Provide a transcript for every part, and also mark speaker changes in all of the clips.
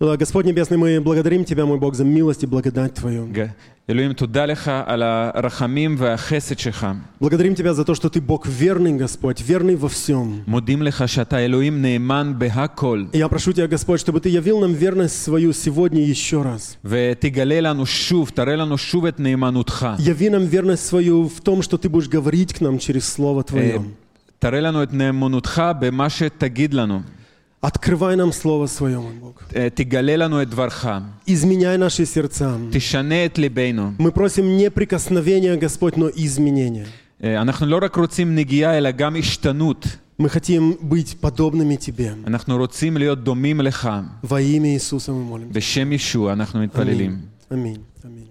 Speaker 1: Э, Господь Небесный, мы благодарим Тебя, мой Бог, за милость и благодать Твою.
Speaker 2: ג- אלוהים, תודה לך על הרחמים והחסד שלך.
Speaker 1: Благодарим Тебя за то, что Ты Бог верный, Господь, верный во всем.
Speaker 2: מודים לך שאתה אלוהים נאמן בהכל,
Speaker 1: И Я прошу Тебя, Господь, чтобы Ты явил нам верность свою сегодня еще раз.
Speaker 2: ותגלה לנו שוב, תראה לנו שוב את נאמנותך.
Speaker 1: Яви нам верность свою в том, что Ты будешь говорить к нам через Слово
Speaker 2: אה,
Speaker 1: Твое.
Speaker 2: תראה לנו את נאמנותך במה שתגיד לנו.
Speaker 1: Открывай нам Слово Свое, мой Бог.
Speaker 2: אה, תגלה לנו את דברך.
Speaker 1: Изменяй наши сердца.
Speaker 2: תשנה את ליבנו.
Speaker 1: Мы просим не прикосновения, Господь, но изменения.
Speaker 2: אה, אנחנו לא רק רוצים נגיעה, אלא גם השתנות.
Speaker 1: Мы хотим быть подобными Тебе.
Speaker 2: אנחנו רוצים להיות דומים לך.
Speaker 1: Во имя Иисуса мы молим.
Speaker 2: בשם ישוע אנחנו מתפללים.
Speaker 1: Аминь. Аминь. Аминь.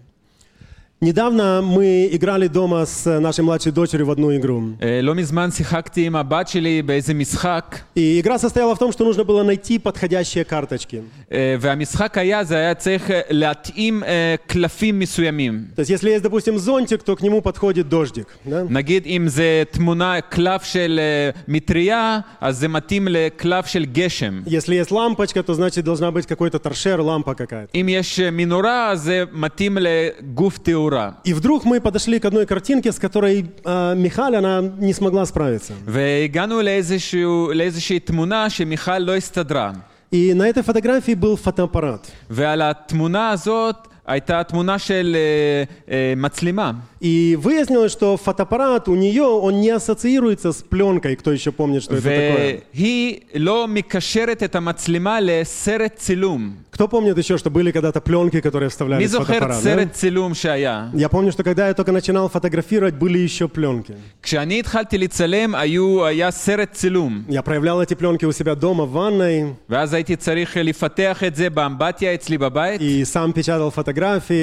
Speaker 1: Недавно мы играли дома с нашей младшей дочерью в одну игру.
Speaker 2: אה, לא מזמן שיחקתי עם הבת שלי באיזה משחק,
Speaker 1: И игра состояла в том, что нужно было найти подходящие карточки.
Speaker 2: אה, והמשחק היה, זה היה צריך אה, להתאים אה, קלפים מסוימים.
Speaker 1: То есть, если есть, допустим, зонтик, то к нему подходит дождик. да?
Speaker 2: נגיד אם זה תמונה, קלף של אה, מטריה, אז זה מתאים לקלף של גשם.
Speaker 1: Если есть лампочка, то значит должна быть какой-то торшер, лампа какая-то.
Speaker 2: אם יש אה, מנורה, אז זה מתאים לגוף תאורה.
Speaker 1: И вдруг мы подошли к одной картинке, с которой а, Михаль, она не смогла справиться.
Speaker 2: והגענו לאיזשהו, לאיזושהי תמונה שמיכל לא הסתדרה.
Speaker 1: И на этой фотографии был фотоаппарат.
Speaker 2: ועל התמונה הזאת הייתה תמונה של אה, אה, מצלמה.
Speaker 1: И выяснилось, что фотоаппарат у нее, он не ассоциируется с пленкой, кто еще помнит, что это такое.
Speaker 2: והיא לא מקשרת את המצלמה לסרט צילום.
Speaker 1: Кто помнит еще, что были когда-то пленки, которые вставляли
Speaker 2: מי
Speaker 1: в
Speaker 2: זוכר
Speaker 1: фотоаппарат?
Speaker 2: סרט
Speaker 1: да?
Speaker 2: צילום שהיה?
Speaker 1: Я помню, что когда я только начинал фотографировать, были еще пленки.
Speaker 2: כשאני התחלתי לצלם, היו, היה סרט צילום.
Speaker 1: Я проявлял эти пленки у себя дома в ванной
Speaker 2: ואז הייתי צריך לפתח את זה באמבטיה אצלי בבית,
Speaker 1: и сам печатал фотографии.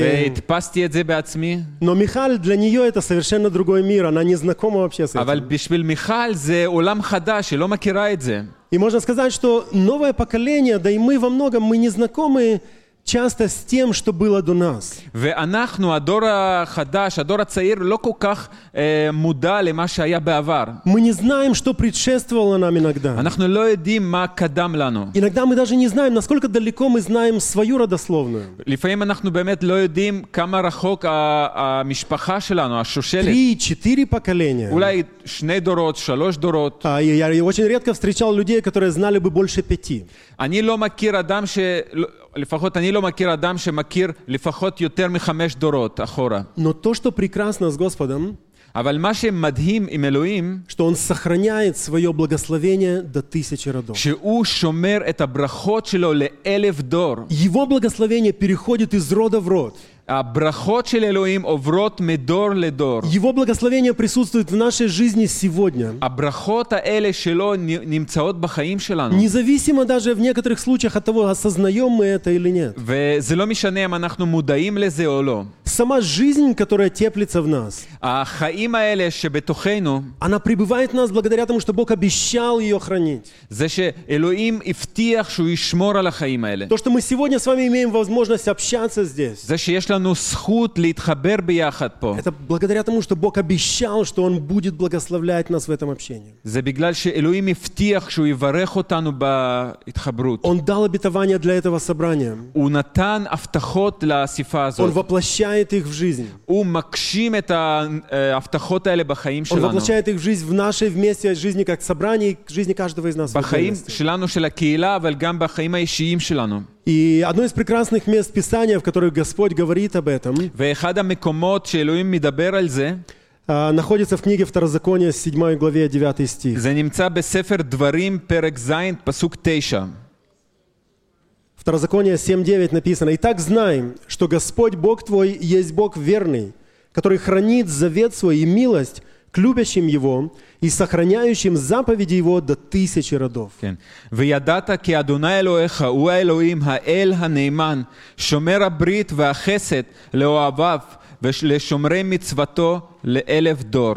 Speaker 2: והדפסתי את זה בעצמי.
Speaker 1: Но Михаль, для нее это совершенно другой мир, она не знакома вообще с
Speaker 2: אבל
Speaker 1: этим.
Speaker 2: בשביל מיכל זה עולם חדש, היא לא מכירה את זה.
Speaker 1: И можно сказать, что новое поколение, да и мы во многом, мы не знакомы часто с тем, что было до нас.
Speaker 2: ואנחנו, הדור החדש, הדור הצעיר, לא כל כך אה, מודע למה שהיה בעבר.
Speaker 1: Мы не знаем, что предшествовало нам иногда.
Speaker 2: אנחנו לא יודעים מה קדם לנו.
Speaker 1: Иногда мы даже не знаем, насколько далеко мы знаем свою родословную.
Speaker 2: לפעמים אנחנו באמת לא יודעים כמה רחוק ה- המשפחה שלנו, השושלת.
Speaker 1: כן. Три-четыре поколения.
Speaker 2: אולי שני דורות, שלוש דורות.
Speaker 1: А, и Я очень редко встречал людей, которые знали бы больше пяти.
Speaker 2: אני לא מכיר אדם ש... לא- לפחות אני לא מכיר אדם שמכיר לפחות יותר מחמש דורות אחורה.
Speaker 1: Но то, что прекрасно с Господом,
Speaker 2: אבל מה שמדהים עם אלוהים,
Speaker 1: что Он сохраняет свое благословение до тысячи родов.
Speaker 2: שהוא שומר את הברכות שלו לאלף דור.
Speaker 1: Его благословение переходит из рода в род.
Speaker 2: הברכות של אלוהים עוברות מדור לדור.
Speaker 1: Его благословение присутствует в нашей жизни сегодня.
Speaker 2: הברכות האלה שלו נ- נמצאות בחיים שלנו.
Speaker 1: Независимо даже в некоторых случаях от того, осознаем мы это или нет.
Speaker 2: וזה לא משנה אם אנחנו מודעים לזה או לא.
Speaker 1: Сама жизнь, которая теплится в нас,
Speaker 2: החיים האלה שבתוכנו,
Speaker 1: она пребывает в нас благодаря тому, что Бог обещал ее хранить.
Speaker 2: זה שאלוהים הבטיח שהוא ישמור על החיים האלה.
Speaker 1: То, что мы сегодня с вами имеем возможность общаться здесь,
Speaker 2: זה שיש לנו זכות להתחבר ביחד פה.
Speaker 1: это благодаря тому, что Бог обещал, что Он будет благословлять нас в этом общении.
Speaker 2: זה בגלל שאלוהים הבטיח שהוא יברך אותנו בהתחברות.
Speaker 1: Он дал обетование для этого собрания.
Speaker 2: הוא נתן הבטחות לאספה
Speaker 1: Он
Speaker 2: הזאת.
Speaker 1: воплощает их в жизнь.
Speaker 2: הוא מגשים את ההבטחות האלה בחיים
Speaker 1: Он
Speaker 2: שלנו.
Speaker 1: воплощает их в жизнь в нашей вместе жизни как собрании, к жизни каждого из нас. в
Speaker 2: בחיים
Speaker 1: отдельности.
Speaker 2: שלנו, של הקהילה, אבל גם בחיים האישיים שלנו.
Speaker 1: И одно из прекрасных мест Писания, в которых Господь говорит об этом,
Speaker 2: ואחד המקומות שאלוהים מדבר על זה,
Speaker 1: а, находится в книге Второзакония, 7 главе, 9 стих.
Speaker 2: זה נמצא בספר דברים, פרק ז', פסוק 9.
Speaker 1: Второзаконие 7.9 написано. «Итак знаем, что Господь Бог твой есть Бог верный, который хранит завет свой и милость к любящим Его и сохраняющим заповеди Его до тысячи родов».
Speaker 2: כן. וידעת כי אדוני אלוהיך הוא האלוהים, האל הנאמן, שומר הברית והחסד לאוהביו ולשומרי מצוותו לאלף דור.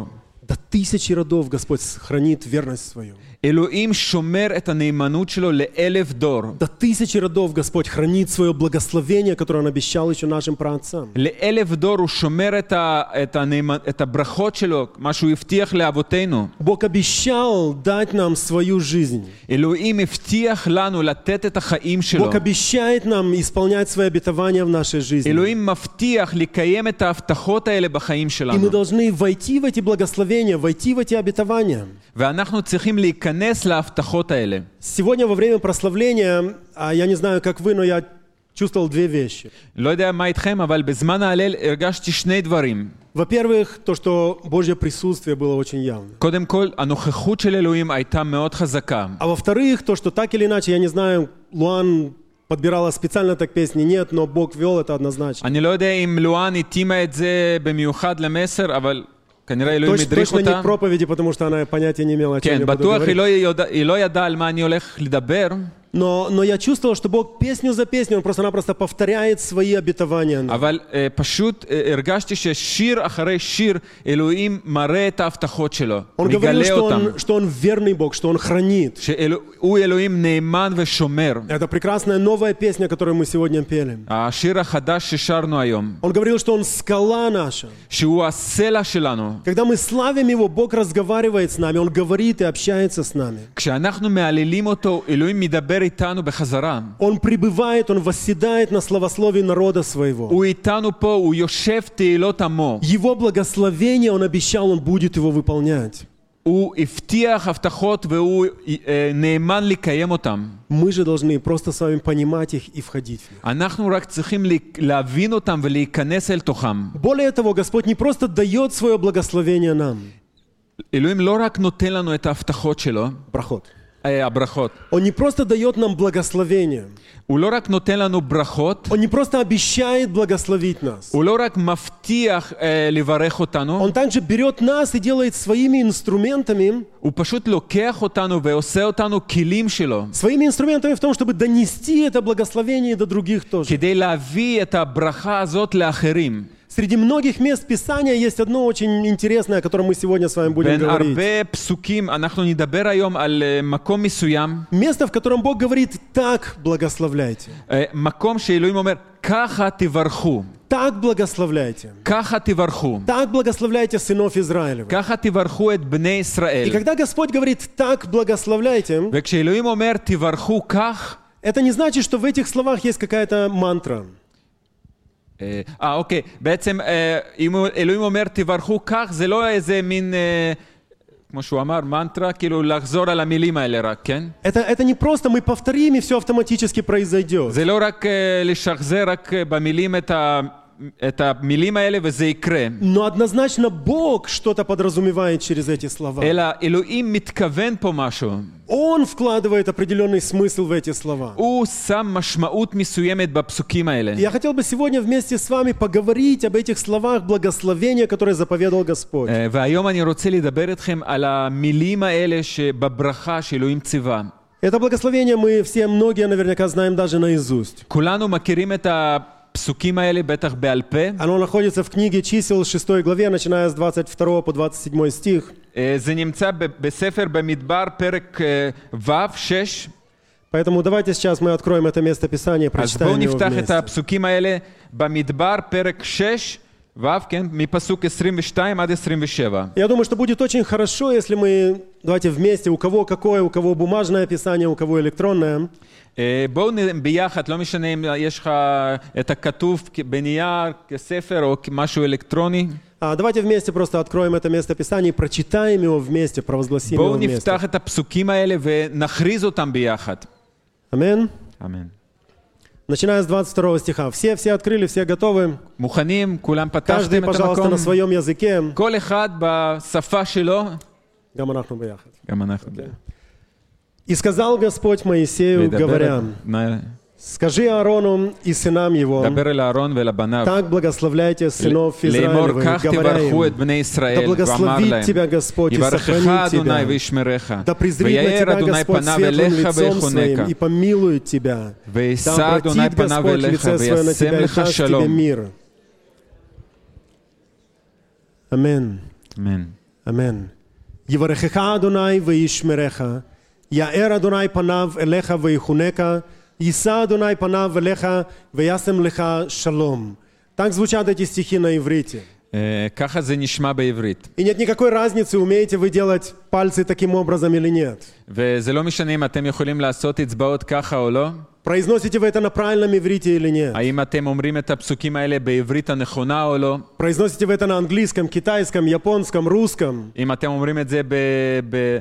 Speaker 1: До тысячи родов Господь хранит верность свою.
Speaker 2: אלוהים שומר את הנאמנות שלו לאלף דור.
Speaker 1: До тысячи родов Господь хранит свое благословение, которое Он обещал еще нашим праотцам.
Speaker 2: לאלף דור הוא שומר את, ה, את, הנאמנ, את הברכות שלו, מה שהוא הבטיח לאבותינו.
Speaker 1: Бог обещал дать нам свою жизнь.
Speaker 2: אלוהים הבטיח לנו לתת את החיים שלו.
Speaker 1: Бог обещает нам исполнять свои обетования в нашей жизни.
Speaker 2: אלוהים מבטיח לקיים את ההבטחות האלה בחיים
Speaker 1: И мы
Speaker 2: שלנו.
Speaker 1: должны войти в эти благословения, войти в эти обетования.
Speaker 2: ואנחנו צריכים להיכנס להבטחות האלה.
Speaker 1: Сегодня во время прославления, а я не знаю, как вы, но я чувствовал две вещи.
Speaker 2: לא יודע מה איתכם, אבל בזמן ההלל הרגשתי שני דברים.
Speaker 1: Во-первых, то, что Божье присутствие было очень явно.
Speaker 2: קודם כל, הנוכחות של אלוהים הייתה מאוד חזקה.
Speaker 1: А во-вторых, то, что так или иначе, я не знаю, Луан подбирала специально так песни, нет, но Бог вел это однозначно.
Speaker 2: אני לא יודע אם לואן התאימה את זה במיוחד למסר, אבל כנראה אלוהים
Speaker 1: Точ-
Speaker 2: הדריך
Speaker 1: точно не
Speaker 2: אותה.
Speaker 1: к проповеди, потому что она понятия не имела, о чем
Speaker 2: כן,
Speaker 1: я буду
Speaker 2: בטוח היא
Speaker 1: говорить.
Speaker 2: לא, יודע, היא לא ידעה על מה אני הולך לדבר,
Speaker 1: Но, но я чувствовал, что Бог песню за песню, Он просто-напросто повторяет свои обетования. нам.
Speaker 2: אבל אה, פשוט אה, הרגשתי ששיר אחרי שיר אלוהים מראה את ההבטחות שלו,
Speaker 1: Он говорил,
Speaker 2: מגלה
Speaker 1: что
Speaker 2: אותם,
Speaker 1: он, что он верный Бог, что Он хранит.
Speaker 2: שהוא אלוהים נאמן ושומר.
Speaker 1: Это прекрасная новая песня, которую мы сегодня пели.
Speaker 2: השיר החדש ששרנו היום,
Speaker 1: Он говорил, что Он скала наша.
Speaker 2: שהוא הסלע שלנו.
Speaker 1: Когда мы славим Его, Бог разговаривает с нами, Он говорит и общается с нами.
Speaker 2: כשאנחנו מהללים אותו, אלוהים מדבר איתנו בחזרה.
Speaker 1: Он пребывает, Он восседает на словословии народа своего.
Speaker 2: הוא איתנו פה, הוא יושב תהילות עמו.
Speaker 1: Его благословение Он обещал, Он будет его выполнять.
Speaker 2: הוא הבטיח הבטחות והוא אה, נאמן לקיים אותן.
Speaker 1: Мы же должны просто с вами понимать их и входить в них.
Speaker 2: אנחנו רק צריכים לה- להבין אותם ולהיכנס אל תוכם.
Speaker 1: Более того, Господь не просто дает свое благословение нам,
Speaker 2: אלוהים לא רק нотен לנו את ההבטחות שלו,
Speaker 1: проход.
Speaker 2: אה, הברכות.
Speaker 1: Он не просто дает нам благословение,
Speaker 2: הוא לא רק נותן לנו ברכות,
Speaker 1: Он не просто обещает благословить нас.
Speaker 2: הוא לא רק מבטיח אה, לברך אותנו,
Speaker 1: Он также берет нас и делает своими инструментами,
Speaker 2: הוא פשוט לוקח אותנו ועושה אותנו כלים שלו,
Speaker 1: своими инструментами в том, чтобы донести это благословение и до других тоже.
Speaker 2: כדי להביא את הברכה הזאת לאחרים.
Speaker 1: Среди многих мест Писания есть одно очень интересное, о котором мы сегодня с вами будем
Speaker 2: בין
Speaker 1: говорить.
Speaker 2: הרבה פסוקים, אנחנו נדבר היום על אה, מקום מסוים,
Speaker 1: Место, в котором Бог говорит, так благословляйте,
Speaker 2: אה, מקום שאלוהים אומר, ככה תברכו,
Speaker 1: так благословляйте,
Speaker 2: ככה תברכו,
Speaker 1: так благословляйте сынов Израилевых.
Speaker 2: ככה תברכו את בני
Speaker 1: И
Speaker 2: ישראל.
Speaker 1: когда Господь говорит «так благословляйте»,
Speaker 2: וכשאלוהים אומר, תברכו כך,
Speaker 1: это не значит, что в этих словах есть какая-то мантра.
Speaker 2: אה, אה, אוקיי, בעצם אה, אם הוא- אלוהים אומר, תברכו כך, זה לא איזה מין, אה, כמו שהוא אמר, מנטרה, כאילו לחזור על המילים האלה רק, כן?
Speaker 1: Это, это не просто мы повторим, и все автоматически произойдет.
Speaker 2: זה לא רק אה, לשחזר רק אה, במילים את ה... את המילים האלה וזה יקרה,
Speaker 1: Но однозначно Бог что-то подразумевает через эти слова.
Speaker 2: אלא אלוהים מתכוון פה משהו.
Speaker 1: Он вкладывает определенный смысл в эти слова.
Speaker 2: הוא שם משמעות מסוימת בפסוקים האלה.
Speaker 1: И Я хотел бы сегодня вместе с вами поговорить об этих словах благословения, которые заповедал Господь.
Speaker 2: אה, והיום אני רוצה לדבר איתכם על המילים האלה שבברכה שאלוהים ציווה.
Speaker 1: Это благословение мы все, многие наверняка знаем даже наизусть.
Speaker 2: כולנו מכירים את הפסוקים האלה בטח בעל פה.
Speaker 1: Оно находится в книге чисел 6 главе, начиная с 22 по 27 стих.
Speaker 2: אה, זה נמצא ב- בספר במדבר פרק אה, ו' 6.
Speaker 1: Поэтому давайте сейчас мы откроем это место Писания и
Speaker 2: אז בואו
Speaker 1: прочитаем его
Speaker 2: נפתח את
Speaker 1: вместе.
Speaker 2: הפסוקים האלה במדבר פרק 6 ו', כן, מפסוק 22 עד 27.
Speaker 1: Я думаю, что будет очень хорошо, если мы, давайте вместе, у кого какое, у кого бумажное Писание, у кого электронное,
Speaker 2: אה, בואו נ- ביחד, לא משנה אם יש לך את הכתוב כ- בנייר, כספר או משהו אלקטרוני.
Speaker 1: А, Давайте вместе просто откроем это место Писания и прочитаем его вместе, провозгласим его
Speaker 2: בואו
Speaker 1: вместе.
Speaker 2: נפתח את הפסוקים האלה ונכריז אותם ביחד.
Speaker 1: Амин.
Speaker 2: אמן.
Speaker 1: Начиная с 22 стиха. Все, все открыли, все готовы.
Speaker 2: מוכנים? כולם
Speaker 1: Каждый,
Speaker 2: פתחתם את
Speaker 1: пожалуйста,
Speaker 2: המקום?
Speaker 1: на своем языке.
Speaker 2: כל אחד בשפה שלו. אוקיי.
Speaker 1: Гаманахну бияхат.
Speaker 2: גם אנחנו.
Speaker 1: И сказал Господь Моисею,
Speaker 2: וידבר
Speaker 1: говоря,
Speaker 2: את- נא-
Speaker 1: скажи Аарону и сынам его,
Speaker 2: דבר אל אהרון ולבניו.
Speaker 1: так благословляйте сынов
Speaker 2: לאמור
Speaker 1: Израилевых,
Speaker 2: כך
Speaker 1: говоря
Speaker 2: תברכו את
Speaker 1: им,
Speaker 2: בני
Speaker 1: да
Speaker 2: ישראל, ואמר
Speaker 1: благословит
Speaker 2: להם,
Speaker 1: тебя Господь и
Speaker 2: יברכך
Speaker 1: сохранит
Speaker 2: אדוני
Speaker 1: тебя,
Speaker 2: וישמרך,
Speaker 1: да презрит на
Speaker 2: ויאר
Speaker 1: тебя
Speaker 2: אדוני
Speaker 1: Господь
Speaker 2: פניו
Speaker 1: светлым
Speaker 2: אליך
Speaker 1: лицом
Speaker 2: ויחונקה,
Speaker 1: своим и помилует тебя, да
Speaker 2: ואשא אדוני
Speaker 1: обратит
Speaker 2: פניו
Speaker 1: Господь
Speaker 2: אליך
Speaker 1: лице свое на
Speaker 2: וישם
Speaker 1: тебя и
Speaker 2: לך
Speaker 1: даст тебе
Speaker 2: שלום.
Speaker 1: мир. Амин.
Speaker 2: אמן.
Speaker 1: Амен. Еварехеха Адонай ваишмереха, יאר אדוני פניו אליך ויחונקה, יישא אדוני פניו אליך וישם לך שלום. Так звучат эти стихи на иврите.
Speaker 2: אה, ככה זה נשמע בעברית.
Speaker 1: И нет никакой разницы, умеете вы делать пальцы таким образом или нет.
Speaker 2: וזה לא משנה אם אתם יכולים לעשות אצבעות ככה או לא,
Speaker 1: Произносите вы это на правильном иврите или нет.
Speaker 2: האם אתם אומרים את הפסוקים האלה בעברית הנכונה או לא,
Speaker 1: Произносите вы это на английском, китайском, японском, русском.
Speaker 2: אם אתם אומרים את זה ב... ב...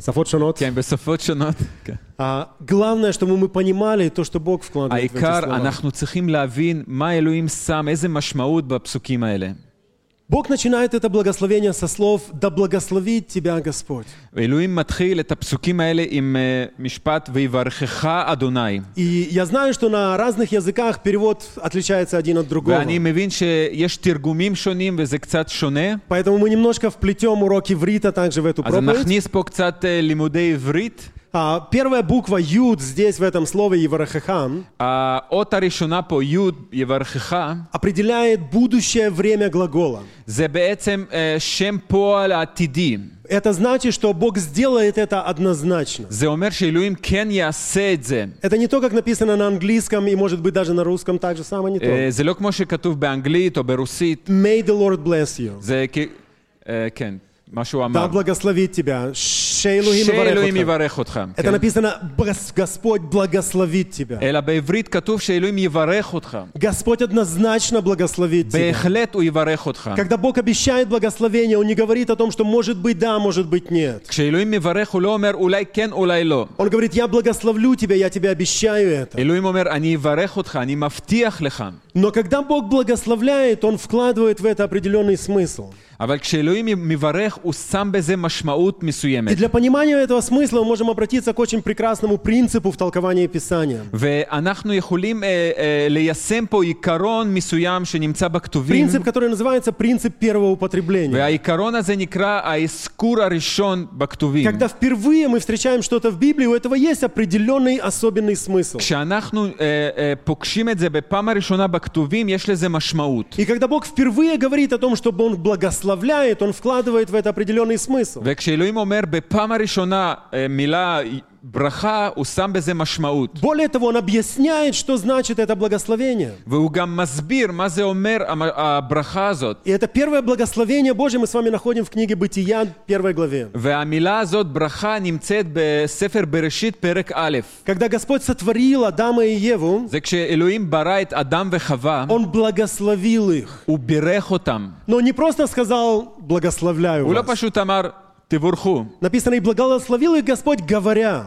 Speaker 1: Сафот шанот.
Speaker 2: כן, בשפות שונות. כן.
Speaker 1: А, главное, чтобы мы понимали то, что Бог вкладывает в эти
Speaker 2: העיקר,
Speaker 1: слова.
Speaker 2: אנחנו צריכים להבין מה אלוהים שם, איזה משמעות בפסוקים האלה.
Speaker 1: Бог начинает это благословение со слов «Да благословит тебя Господь».
Speaker 2: אלוהים מתחיל את הפסוקים האלה עם אה, משפט ויברכך אדוני.
Speaker 1: И я знаю, что на разных языках перевод отличается один от другого.
Speaker 2: ואני מבין שיש תרגומים שונים וזה קצת שונה,
Speaker 1: Поэтому мы немножко вплетем урок иврита также в эту
Speaker 2: אז
Speaker 1: проповедь.
Speaker 2: נכניס פה קצת אה, לימודי עברית.
Speaker 1: А, первая буква «юд» здесь, в этом слове «еварахахам»,
Speaker 2: האות הראשונה פה, י' יברכך,
Speaker 1: определяет будущее время глагола.
Speaker 2: זה בעצם אה, שם פועל עתידי.
Speaker 1: Это значит, что Бог сделает это однозначно.
Speaker 2: זה אומר שאלוהים כן יעשה את זה.
Speaker 1: Это не то, как написано на английском и, может быть, даже на русском так же самое не
Speaker 2: אה,
Speaker 1: то.
Speaker 2: זה לא כמו שכתוב באנגלית או ברוסית,
Speaker 1: May the Lord bless you.
Speaker 2: זה כ... אה, כן, מה שהוא אמר.
Speaker 1: Да благословит тебя. Шейлухим
Speaker 2: שאלוהים
Speaker 1: иварехотха.
Speaker 2: יברך אותך. כן.
Speaker 1: Это написано «Бос- «Господь благословит тебя».
Speaker 2: אלא בעברית כתוב שאלוהים יברך אותך.
Speaker 1: Господь однозначно благословит тебя.
Speaker 2: בהחלט הוא יברך אותך.
Speaker 1: Когда Бог обещает благословение, Он не говорит о том, что может быть да, может быть нет.
Speaker 2: כשאלוהים מברך הוא לא אומר אולי כן אולי לא.
Speaker 1: Он говорит, я благословлю тебя, я тебе обещаю это.
Speaker 2: אלוהים אומר אני אברך אותך, אני מבטיח לך.
Speaker 1: Но когда Бог благословляет, Он вкладывает в это определенный смысл.
Speaker 2: אבל כשאלוהים מברך הוא שם בזה משמעות
Speaker 1: И
Speaker 2: מסוימת.
Speaker 1: для понимания этого смысла мы можем обратиться к очень прекрасному принципу в толковании Писания.
Speaker 2: Э. ואנחנו יכולים אה, אה, ליישם פה עיקרון מסוים שנמצא בכתובים.
Speaker 1: Принцип, который называется принцип первого употребления.
Speaker 2: והעיקרון הזה נקרא האזכור הראשון בכתובים.
Speaker 1: Когда впервые мы встречаем что-то в Библии, у этого есть определенный особенный смысл.
Speaker 2: כשאנחנו אה, אה, פוגשים את זה בפעם הראשונה בכתובים, יש לזה משמעות.
Speaker 1: И когда Бог впервые говорит о том, чтобы Он благословляет, Он вкладывает в это определенный смысл.
Speaker 2: וכשאלוהים אומר בפעם הראשונה אה, מילה ברכה, הוא שם בזה משמעות.
Speaker 1: Более того, он объясняет, что значит это благословение.
Speaker 2: והוא גם מסביר מה זה אומר המ- הברכה הזאת.
Speaker 1: И это первое благословение Божье мы с вами находим в книге Бытия, первой главе.
Speaker 2: והמילה הזאת, ברכה, נמצאת בספר בראשית, פרק א'.
Speaker 1: Когда Господь сотворил Адама и Еву,
Speaker 2: זה כשאלוהים ברא את אדם וחווה,
Speaker 1: Он благословил их.
Speaker 2: הוא בירך אותם.
Speaker 1: Но не просто сказал «благословляю
Speaker 2: הוא לא
Speaker 1: вас».
Speaker 2: פשוט אמר, תבורכו.
Speaker 1: Написано, и благословил их Господь, говоря.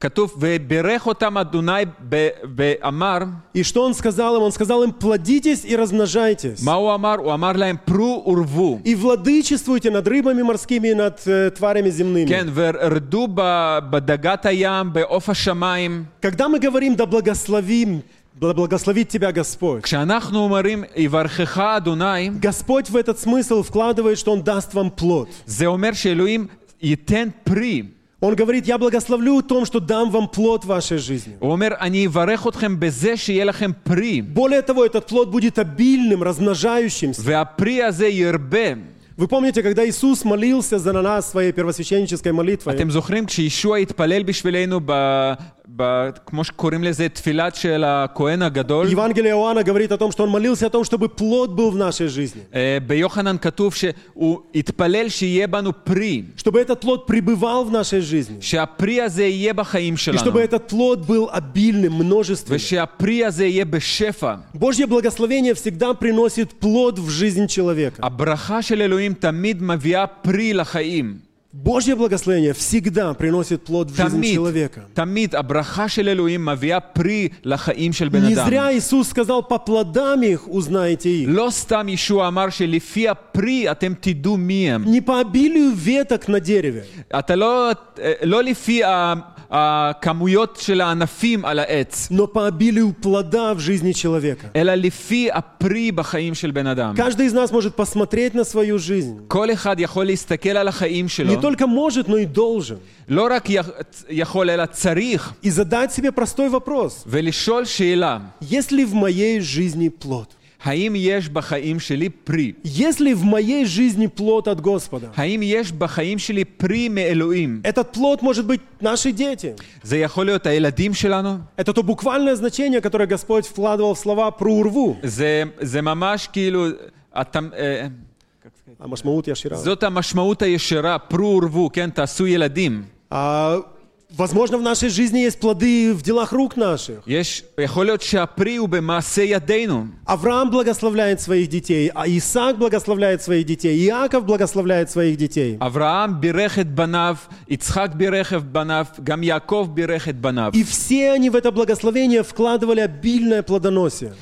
Speaker 2: כתוב, ובירך אותם אדוני ב- ואמר,
Speaker 1: И что Он сказал им? Он сказал им «плодитесь и размножайтесь».
Speaker 2: מה הוא אמר? הוא אמר להם, פרו ורבו.
Speaker 1: И владычествуйте над рыбами морскими и над э, тварями земными.
Speaker 2: כן, ורדו ב- בדגת הים, בעוף השמיים.
Speaker 1: Когда мы говорим «да благословим», «Да благословит тебя Господь»,
Speaker 2: כשאנחנו אומרים, יברכך אדוני,
Speaker 1: Господь в этот смысл вкладывает, что Он даст вам плод.
Speaker 2: זה אומר שאלוהים ייתן פרי.
Speaker 1: Он говорит, я благословлю в том, что дам вам плод вашей жизни.
Speaker 2: הוא אומר, אני אברך אתכם בזה שיהיה לכם פרי,
Speaker 1: Более того, этот плод будет обильным, размножающимся.
Speaker 2: והפרי הזה ירבה.
Speaker 1: Вы помните, когда Иисус молился за нас своей первосвященнической молитвой,
Speaker 2: אתם זוכרים כשישוע התפלל בשבילנו, ב... ב... כמו שקוראים לזה, תפילת של הכהן הגדול?
Speaker 1: Евангелие Иоанна говорит о том, что он молился о том, чтобы плод был в нашей жизни,
Speaker 2: אה, ביוחנן כתוב שהוא התפלל שיהיה בנו פרי,
Speaker 1: чтобы этот плод пребывал в нашей жизни,
Speaker 2: שהפרי הזה יהיה בחיים
Speaker 1: и
Speaker 2: שלנו,
Speaker 1: чтобы этот плод был обильным, множественным.
Speaker 2: ושהפרי הזה יהיה בשפע.
Speaker 1: Божье благословение всегда приносит плод в жизнь
Speaker 2: А
Speaker 1: человека.
Speaker 2: הברכה של אלוהים תמיד מביאה פרי לחיים.
Speaker 1: Божье благословение всегда приносит плод в жизнь
Speaker 2: תמיד,
Speaker 1: человека.
Speaker 2: תמיד הברכה של אלוהים מביאה פרי לחיים של בן
Speaker 1: Не
Speaker 2: אדם.
Speaker 1: зря Иисус сказал, по плодам их узнаете их.
Speaker 2: לא סתם ישוע אמר שלפי הפרי אתם תדעו מי הם.
Speaker 1: Не по обилию веток на дереве,
Speaker 2: אתה לא, לא לפי ה- הכמויות של הענפים על העץ,
Speaker 1: но по обилию плода в жизни человека.
Speaker 2: אלא לפי הפרי בחיים של בן אדם.
Speaker 1: Каждый из нас может посмотреть на свою жизнь.
Speaker 2: כל אחד יכול להסתכל על החיים שלו,
Speaker 1: Не только может, но и должен.
Speaker 2: לא רק יכ- יכול אלא צריך,
Speaker 1: И задать себе простой вопрос.
Speaker 2: ולשאול שאלה,
Speaker 1: Есть ли в моей жизни плод?
Speaker 2: האם יש בחיים שלי פרי?
Speaker 1: Есть ли в моей жизни плод от Господа?
Speaker 2: האם יש בחיים שלי פרי מאלוהים?
Speaker 1: Этот плод может быть наши дети.
Speaker 2: זה יכול להיות הילדים שלנו?
Speaker 1: Это то буквальное значение, которое Господь вкладывал в слова про урву.
Speaker 2: זה, זה ממש כאילו... התמ- אה,
Speaker 1: А Машмаут Яшира.
Speaker 2: זאת המשמעות הישרה, פרו ורבו, כן? תעשו ילדים.
Speaker 1: А, возможно, в нашей жизни есть плоды в делах рук наших.
Speaker 2: יש, יכול להיות שהפרי הוא במעשה ידינו.
Speaker 1: Авраам благословляет своих детей, а Исаак благословляет своих детей, Иаков благословляет своих детей.
Speaker 2: אברהם בירך את בניו, יצחק בירך את בניו, גם יעקב בירך את בניו.
Speaker 1: И все они в это благословение вкладывали обильное плодоносие.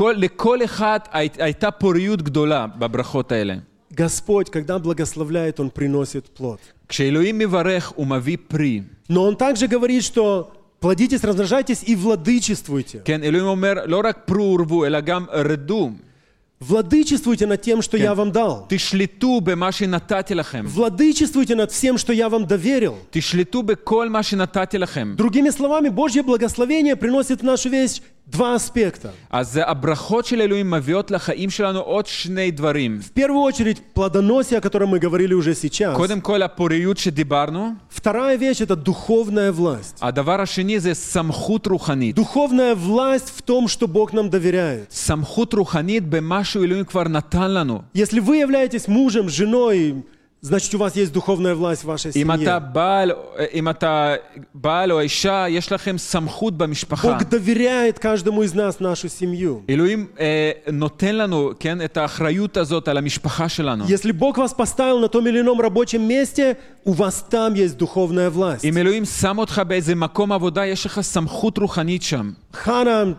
Speaker 2: ולכל אחד הי, הייתה פוריות גדולה בברכות האלה.
Speaker 1: Господь, когда благословляет, Он приносит плод.
Speaker 2: כשאלוהים מברך, הוא מביא פרי.
Speaker 1: Но Он также говорит, что плодитесь, размножайтесь и владычествуйте.
Speaker 2: כן, אלוהים אומר, לא רק פרו ורבו, אלא גם רדו.
Speaker 1: Владычествуйте над тем, что я вам дал.
Speaker 2: תשלטו במה שנתתי לכם.
Speaker 1: Владычествуйте над всем, что я вам доверил.
Speaker 2: תשלטו בכל מה שנתתי לכם.
Speaker 1: Другими словами, Божье благословение приносит в нашу вещь два аспекта.
Speaker 2: אז הברכות של אלוהים מביאות לחיים שלנו עוד שני דברים.
Speaker 1: В первую очередь, плодоносие, о котором мы говорили уже сейчас.
Speaker 2: קודם כל הפוריות שדיברנו,
Speaker 1: Вторая вещь – это דуховная власть.
Speaker 2: הדבר השני זה סמכות רוחנית.
Speaker 1: Духовная власть в том, что Бог нам доверяет.
Speaker 2: סמכות רוחנית במה שאלוהים כבר נתן לנו.
Speaker 1: Если вы являетесь мужем, женой, значит, у вас есть духовная власть в вашей
Speaker 2: אם אתה
Speaker 1: семье.
Speaker 2: בעל, אם אתה בעל או אישה, יש לכם סמכות במשפחה.
Speaker 1: Бог доверяет каждому из нас нашу семью.
Speaker 2: אלוהים אה, נותן לנו, כן, את האחריות הזאת על המשפחה שלנו.
Speaker 1: Если Бог вас поставил на том или ином рабочем месте, у вас там есть духовная власть.
Speaker 2: אם אלוהים שם אותך באיזה מקום עבודה, יש לך סמכות רוחנית שם.
Speaker 1: Хана,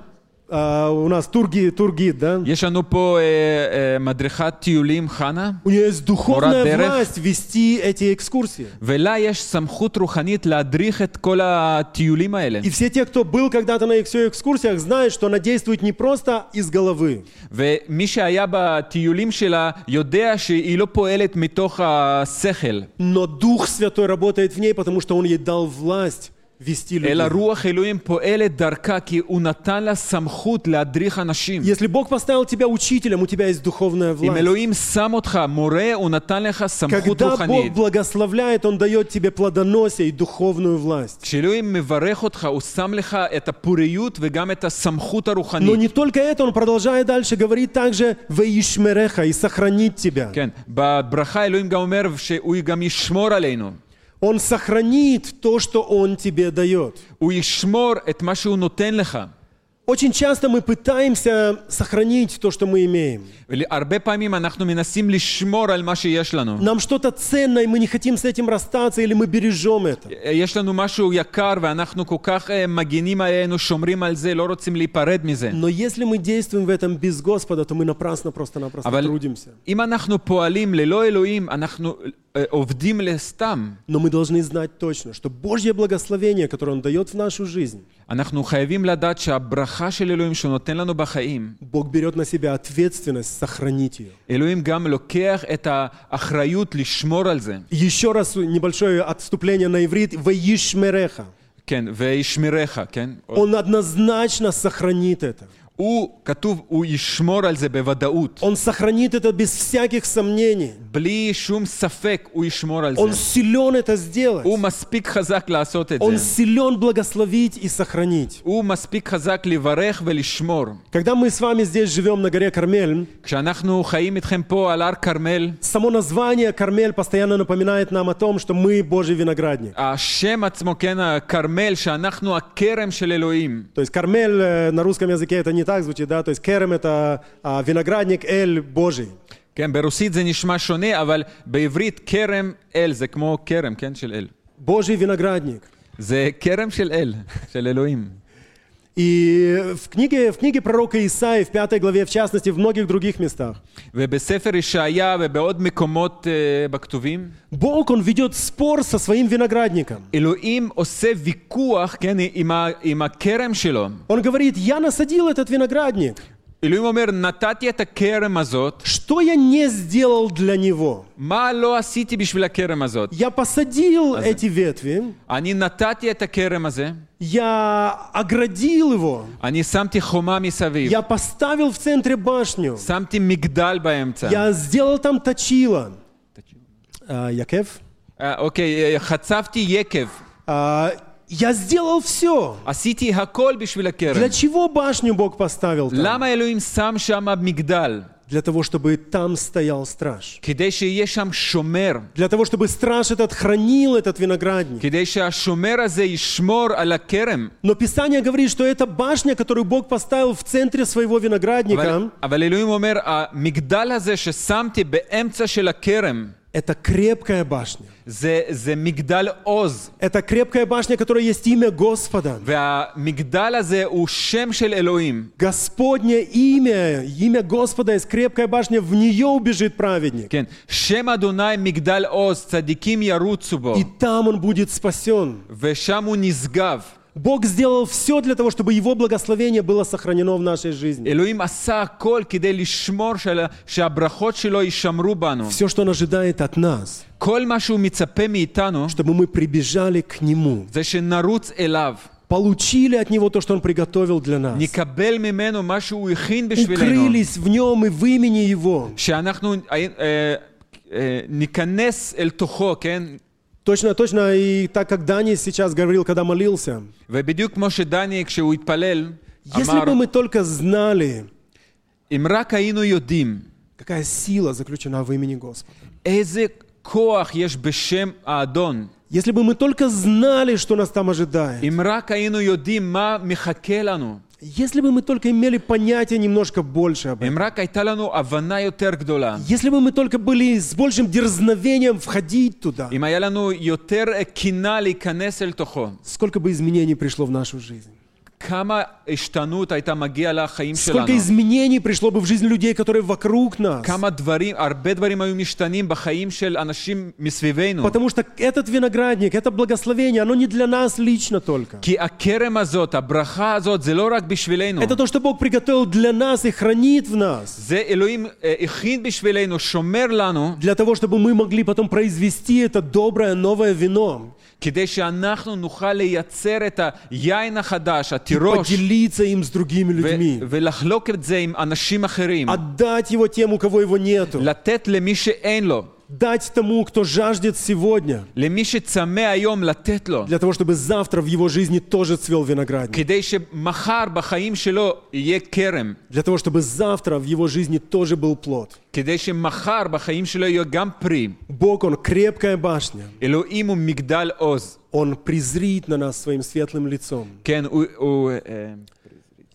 Speaker 1: а, у нас Турги, Тургид, да?
Speaker 2: יש לנו פה אה, אה, מדריכת טיולים, חנה,
Speaker 1: У нее есть духовная
Speaker 2: Мурат Дерех.
Speaker 1: власть вести эти экскурсии.
Speaker 2: ולה יש סמכות רוחנית להדריך את כל הטיולים האלה.
Speaker 1: И все те, кто был когда-то на ее экскурсиях, знают, что она действует не просто из головы.
Speaker 2: ומי שהיה בטיולים שלה יודע שהיא לא פועלת מתוך השכל,
Speaker 1: Но Дух Святой работает в ней, потому что Он ей дал власть вести людей.
Speaker 2: אלא רוח אלוהים פועלת דרכה, כי הוא נתן לה סמכות להדריך אנשים.
Speaker 1: Если Бог поставил тебя учителем, у тебя есть духовная
Speaker 2: אם
Speaker 1: власть.
Speaker 2: אלוהים שם אותך מורה, הוא נתן לך סמכות
Speaker 1: Когда Бог
Speaker 2: רוחנית.
Speaker 1: благословляет, Он дает тебе плодоносие и духовную власть.
Speaker 2: כשאלוהים מברך אותך, הוא שם לך את הפוריות וגם את הסמכות
Speaker 1: Но
Speaker 2: הרוחנית.
Speaker 1: не только это, Он продолжает дальше, говорит также «Ваишмереха» и сохранит тебя.
Speaker 2: כן, בברכה אלוהים גם אומר שהוא גם ישמור עלינו.
Speaker 1: Он сохранит то, что Он тебе дает.
Speaker 2: הוא ישמור את מה שהוא נותן לך.
Speaker 1: Очень часто мы пытаемся сохранить то, что мы имеем.
Speaker 2: הרבה פעמים אנחנו מנסים לשמור על מה שיש לנו.
Speaker 1: Нам что-то ценное, и мы не хотим с этим расстаться, или мы бережем это.
Speaker 2: יש לנו משהו יקר ואנחנו כל כך אה, מגינים עלינו, שומרים על זה, לא רוצים להיפרד מזה.
Speaker 1: Но если мы действуем в этом без Господа, то мы напрасно просто-напросто
Speaker 2: אבל
Speaker 1: трудимся.
Speaker 2: אם אנחנו פועלים ללא אלוהים, אנחנו אה, עובדים לסתם.
Speaker 1: Но мы должны знать точно, что Божье благословение, которое Он дает в нашу жизнь,
Speaker 2: אנחנו חייבים לדעת שהברכה של אלוהים שהוא נותן לנו בחיים,
Speaker 1: Бог берет на себя ответственность сохранить ее.
Speaker 2: אלוהים גם לוקח את האחריות לשמור על זה.
Speaker 1: Еще раз небольшое отступление на иврит. «Ваишмереха».
Speaker 2: כן, וישמרך, כן?
Speaker 1: Он однозначно сохранит это.
Speaker 2: הוא, כתוב, הוא ישמור על זה בוודאות.
Speaker 1: Он сохранит это без всяких сомнений.
Speaker 2: בלי שום ספק הוא ישמור על
Speaker 1: Он
Speaker 2: זה.
Speaker 1: силен это сделать.
Speaker 2: הוא מספיק חזק לעשות את
Speaker 1: Он
Speaker 2: זה.
Speaker 1: силен благословить и сохранить.
Speaker 2: הוא מספיק חזק לברך ולשמור.
Speaker 1: Когда мы с вами здесь живем на горе Кармель,
Speaker 2: כשאנחנו חיים איתכם פה על הר כרמל,
Speaker 1: само название Кармель постоянно напоминает нам о том, что мы Божий виноградник.
Speaker 2: השם עצמו, כן, הכרמל, שאנחנו הכרם של אלוהים.
Speaker 1: То есть Кармель э, на русском языке это не так звучит, да? То есть Керем это а, виноградник, Эль Божий.
Speaker 2: כן, ברוסית זה נשמע שונה, אבל בעברית כרם אל, זה כמו כרם, כן, של אל.
Speaker 1: Божий виноградник.
Speaker 2: זה כרם של אל, של אלוהים.
Speaker 1: И в книге, в книге пророка Исаи, в пятой главе, в частности, в многих других местах,
Speaker 2: ובספר ישעיה ובעוד מקומות uh, בכתובים,
Speaker 1: Бог, Он ведет спор со своим виноградником.
Speaker 2: אלוהים עושה ויכוח, כן, עם, ה, עם הכרם שלו.
Speaker 1: Он говорит, я насадил этот виноградник,
Speaker 2: אלוהים אומר, נתתי את הכרם הזאת,
Speaker 1: Что я не сделал для него?
Speaker 2: מה לא עשיתי בשביל הכרם הזאת?
Speaker 1: Я посадил эти ветви,
Speaker 2: אני נתתי את הכרם הזה,
Speaker 1: я оградил его,
Speaker 2: אני שמתי חומה מסביב,
Speaker 1: я поставил в центре башню,
Speaker 2: שמתי מגדל באמצע.
Speaker 1: я сделал там точило. А, Якев?
Speaker 2: אה, אוקיי, אה, חצבתי יקב,
Speaker 1: А, я сделал все.
Speaker 2: עשיתי הכל בשביל הכרם.
Speaker 1: Для чего башню Бог поставил там?
Speaker 2: למה אלוהים שם שם מגדל?
Speaker 1: Для того, чтобы там стоял страж.
Speaker 2: כדי שיהיה שם שומר,
Speaker 1: Для того, чтобы страж этот хранил этот виноградник.
Speaker 2: כדי שהשומר הזה ישמור על הכרם.
Speaker 1: Но Писание говорит, что эта башня, которую Бог поставил в центре своего
Speaker 2: אבל,
Speaker 1: виноградника,
Speaker 2: אבל אלוהים אומר, המגדל הזה ששמתי באמצע של הכרם,
Speaker 1: это крепкая башня.
Speaker 2: זה, זה מגדל עוז,
Speaker 1: Это крепкая башня, которая есть имя Господа.
Speaker 2: והמגדל הזה הוא שם של אלוהים.
Speaker 1: Господне имя, имя Господа из крепкой башни, в нее убежит праведник.
Speaker 2: כן, שם אדוני מגדל עוז, צדיקים ירוצו בו,
Speaker 1: И там он будет спасен.
Speaker 2: ושם הוא נשגב.
Speaker 1: Бог сделал все для того, чтобы его благословение было сохранено в нашей жизни.
Speaker 2: אלוהים עשה הכל כדי לשמור של, שהברכות שלו יישמרו בנו.
Speaker 1: Все, что он ожидает от нас,
Speaker 2: כל מה שהוא מצפה מאיתנו,
Speaker 1: чтобы мы прибежали к нему,
Speaker 2: זה שנרוץ אליו,
Speaker 1: получили от него то, что он приготовил для нас,
Speaker 2: נקבל ממנו מה שהוא הכין בשבילנו,
Speaker 1: укрылись в нем и в имени его.
Speaker 2: שאנחנו אה, אה, אה, ניכנס אל תוכו, כן?
Speaker 1: Точно, точно, и так как Дани сейчас говорил, когда молился,
Speaker 2: ובדיוק כמו שדני, כשהוא התפלל,
Speaker 1: если
Speaker 2: אמר,
Speaker 1: бы мы только знали,
Speaker 2: אם רק היינו יודעים
Speaker 1: какая сила заключена в имени Господа.
Speaker 2: איזה כוח יש בשם האדון,
Speaker 1: Если бы мы только знали, что нас там ожидает,
Speaker 2: אם רק היינו יודעים מה מחכה לנו,
Speaker 1: если бы мы только имели понятие немножко больше об этом,
Speaker 2: אם רק הייתה לנו הבנה יותר גדולה,
Speaker 1: если бы мы только были с большим дерзновением входить туда,
Speaker 2: אם היה לנו יותר אה, קינה להיכנס אל תוכו,
Speaker 1: сколько бы изменений пришло в нашу жизнь,
Speaker 2: כמה השתנות הייתה מגיעה לחיים שלנו.
Speaker 1: сколько изменений пришло бы в жизнь людей, которые вокруг нас.
Speaker 2: כמה דברים, הרבה דברים היו משתנים בחיים של אנשים מסביבנו.
Speaker 1: Потому что этот виноградник, это благословение, оно не для нас лично только.
Speaker 2: כי הכרם הזאת, הברכה הזאת, זה לא רק בשבילנו.
Speaker 1: Это то, что Бог приготовил для нас и хранит в нас,
Speaker 2: זה אלוהים אה, הכין בשבילנו, שומר לנו,
Speaker 1: для того, чтобы мы могли потом произвести это доброе новое вино
Speaker 2: כדי שאנחנו נוכל לייצר את היין החדש,
Speaker 1: и
Speaker 2: התירוש,
Speaker 1: поделиться им с другими
Speaker 2: ו-
Speaker 1: людьми.
Speaker 2: ולחלוק את זה עם אנשים אחרים.
Speaker 1: отдать его тем, у кого его нету,
Speaker 2: לתת למי שאין לו,
Speaker 1: дать тому, кто жаждет сегодня,
Speaker 2: למי שצמא היום, לתת לו.
Speaker 1: для того, чтобы завтра в его жизни тоже цвел виноградник,
Speaker 2: כדי שמחר בחיים שלו יהיה כרם.
Speaker 1: для того, чтобы завтра в его жизни тоже был плод.
Speaker 2: כדי שמחר בחיים שלו יהיה גם פרי.
Speaker 1: Бог, Он крепкая башня,
Speaker 2: אלוהים הוא מגדל עוז.
Speaker 1: Он презрит на нас своим светлым лицом.
Speaker 2: כן, הוא, הוא אה,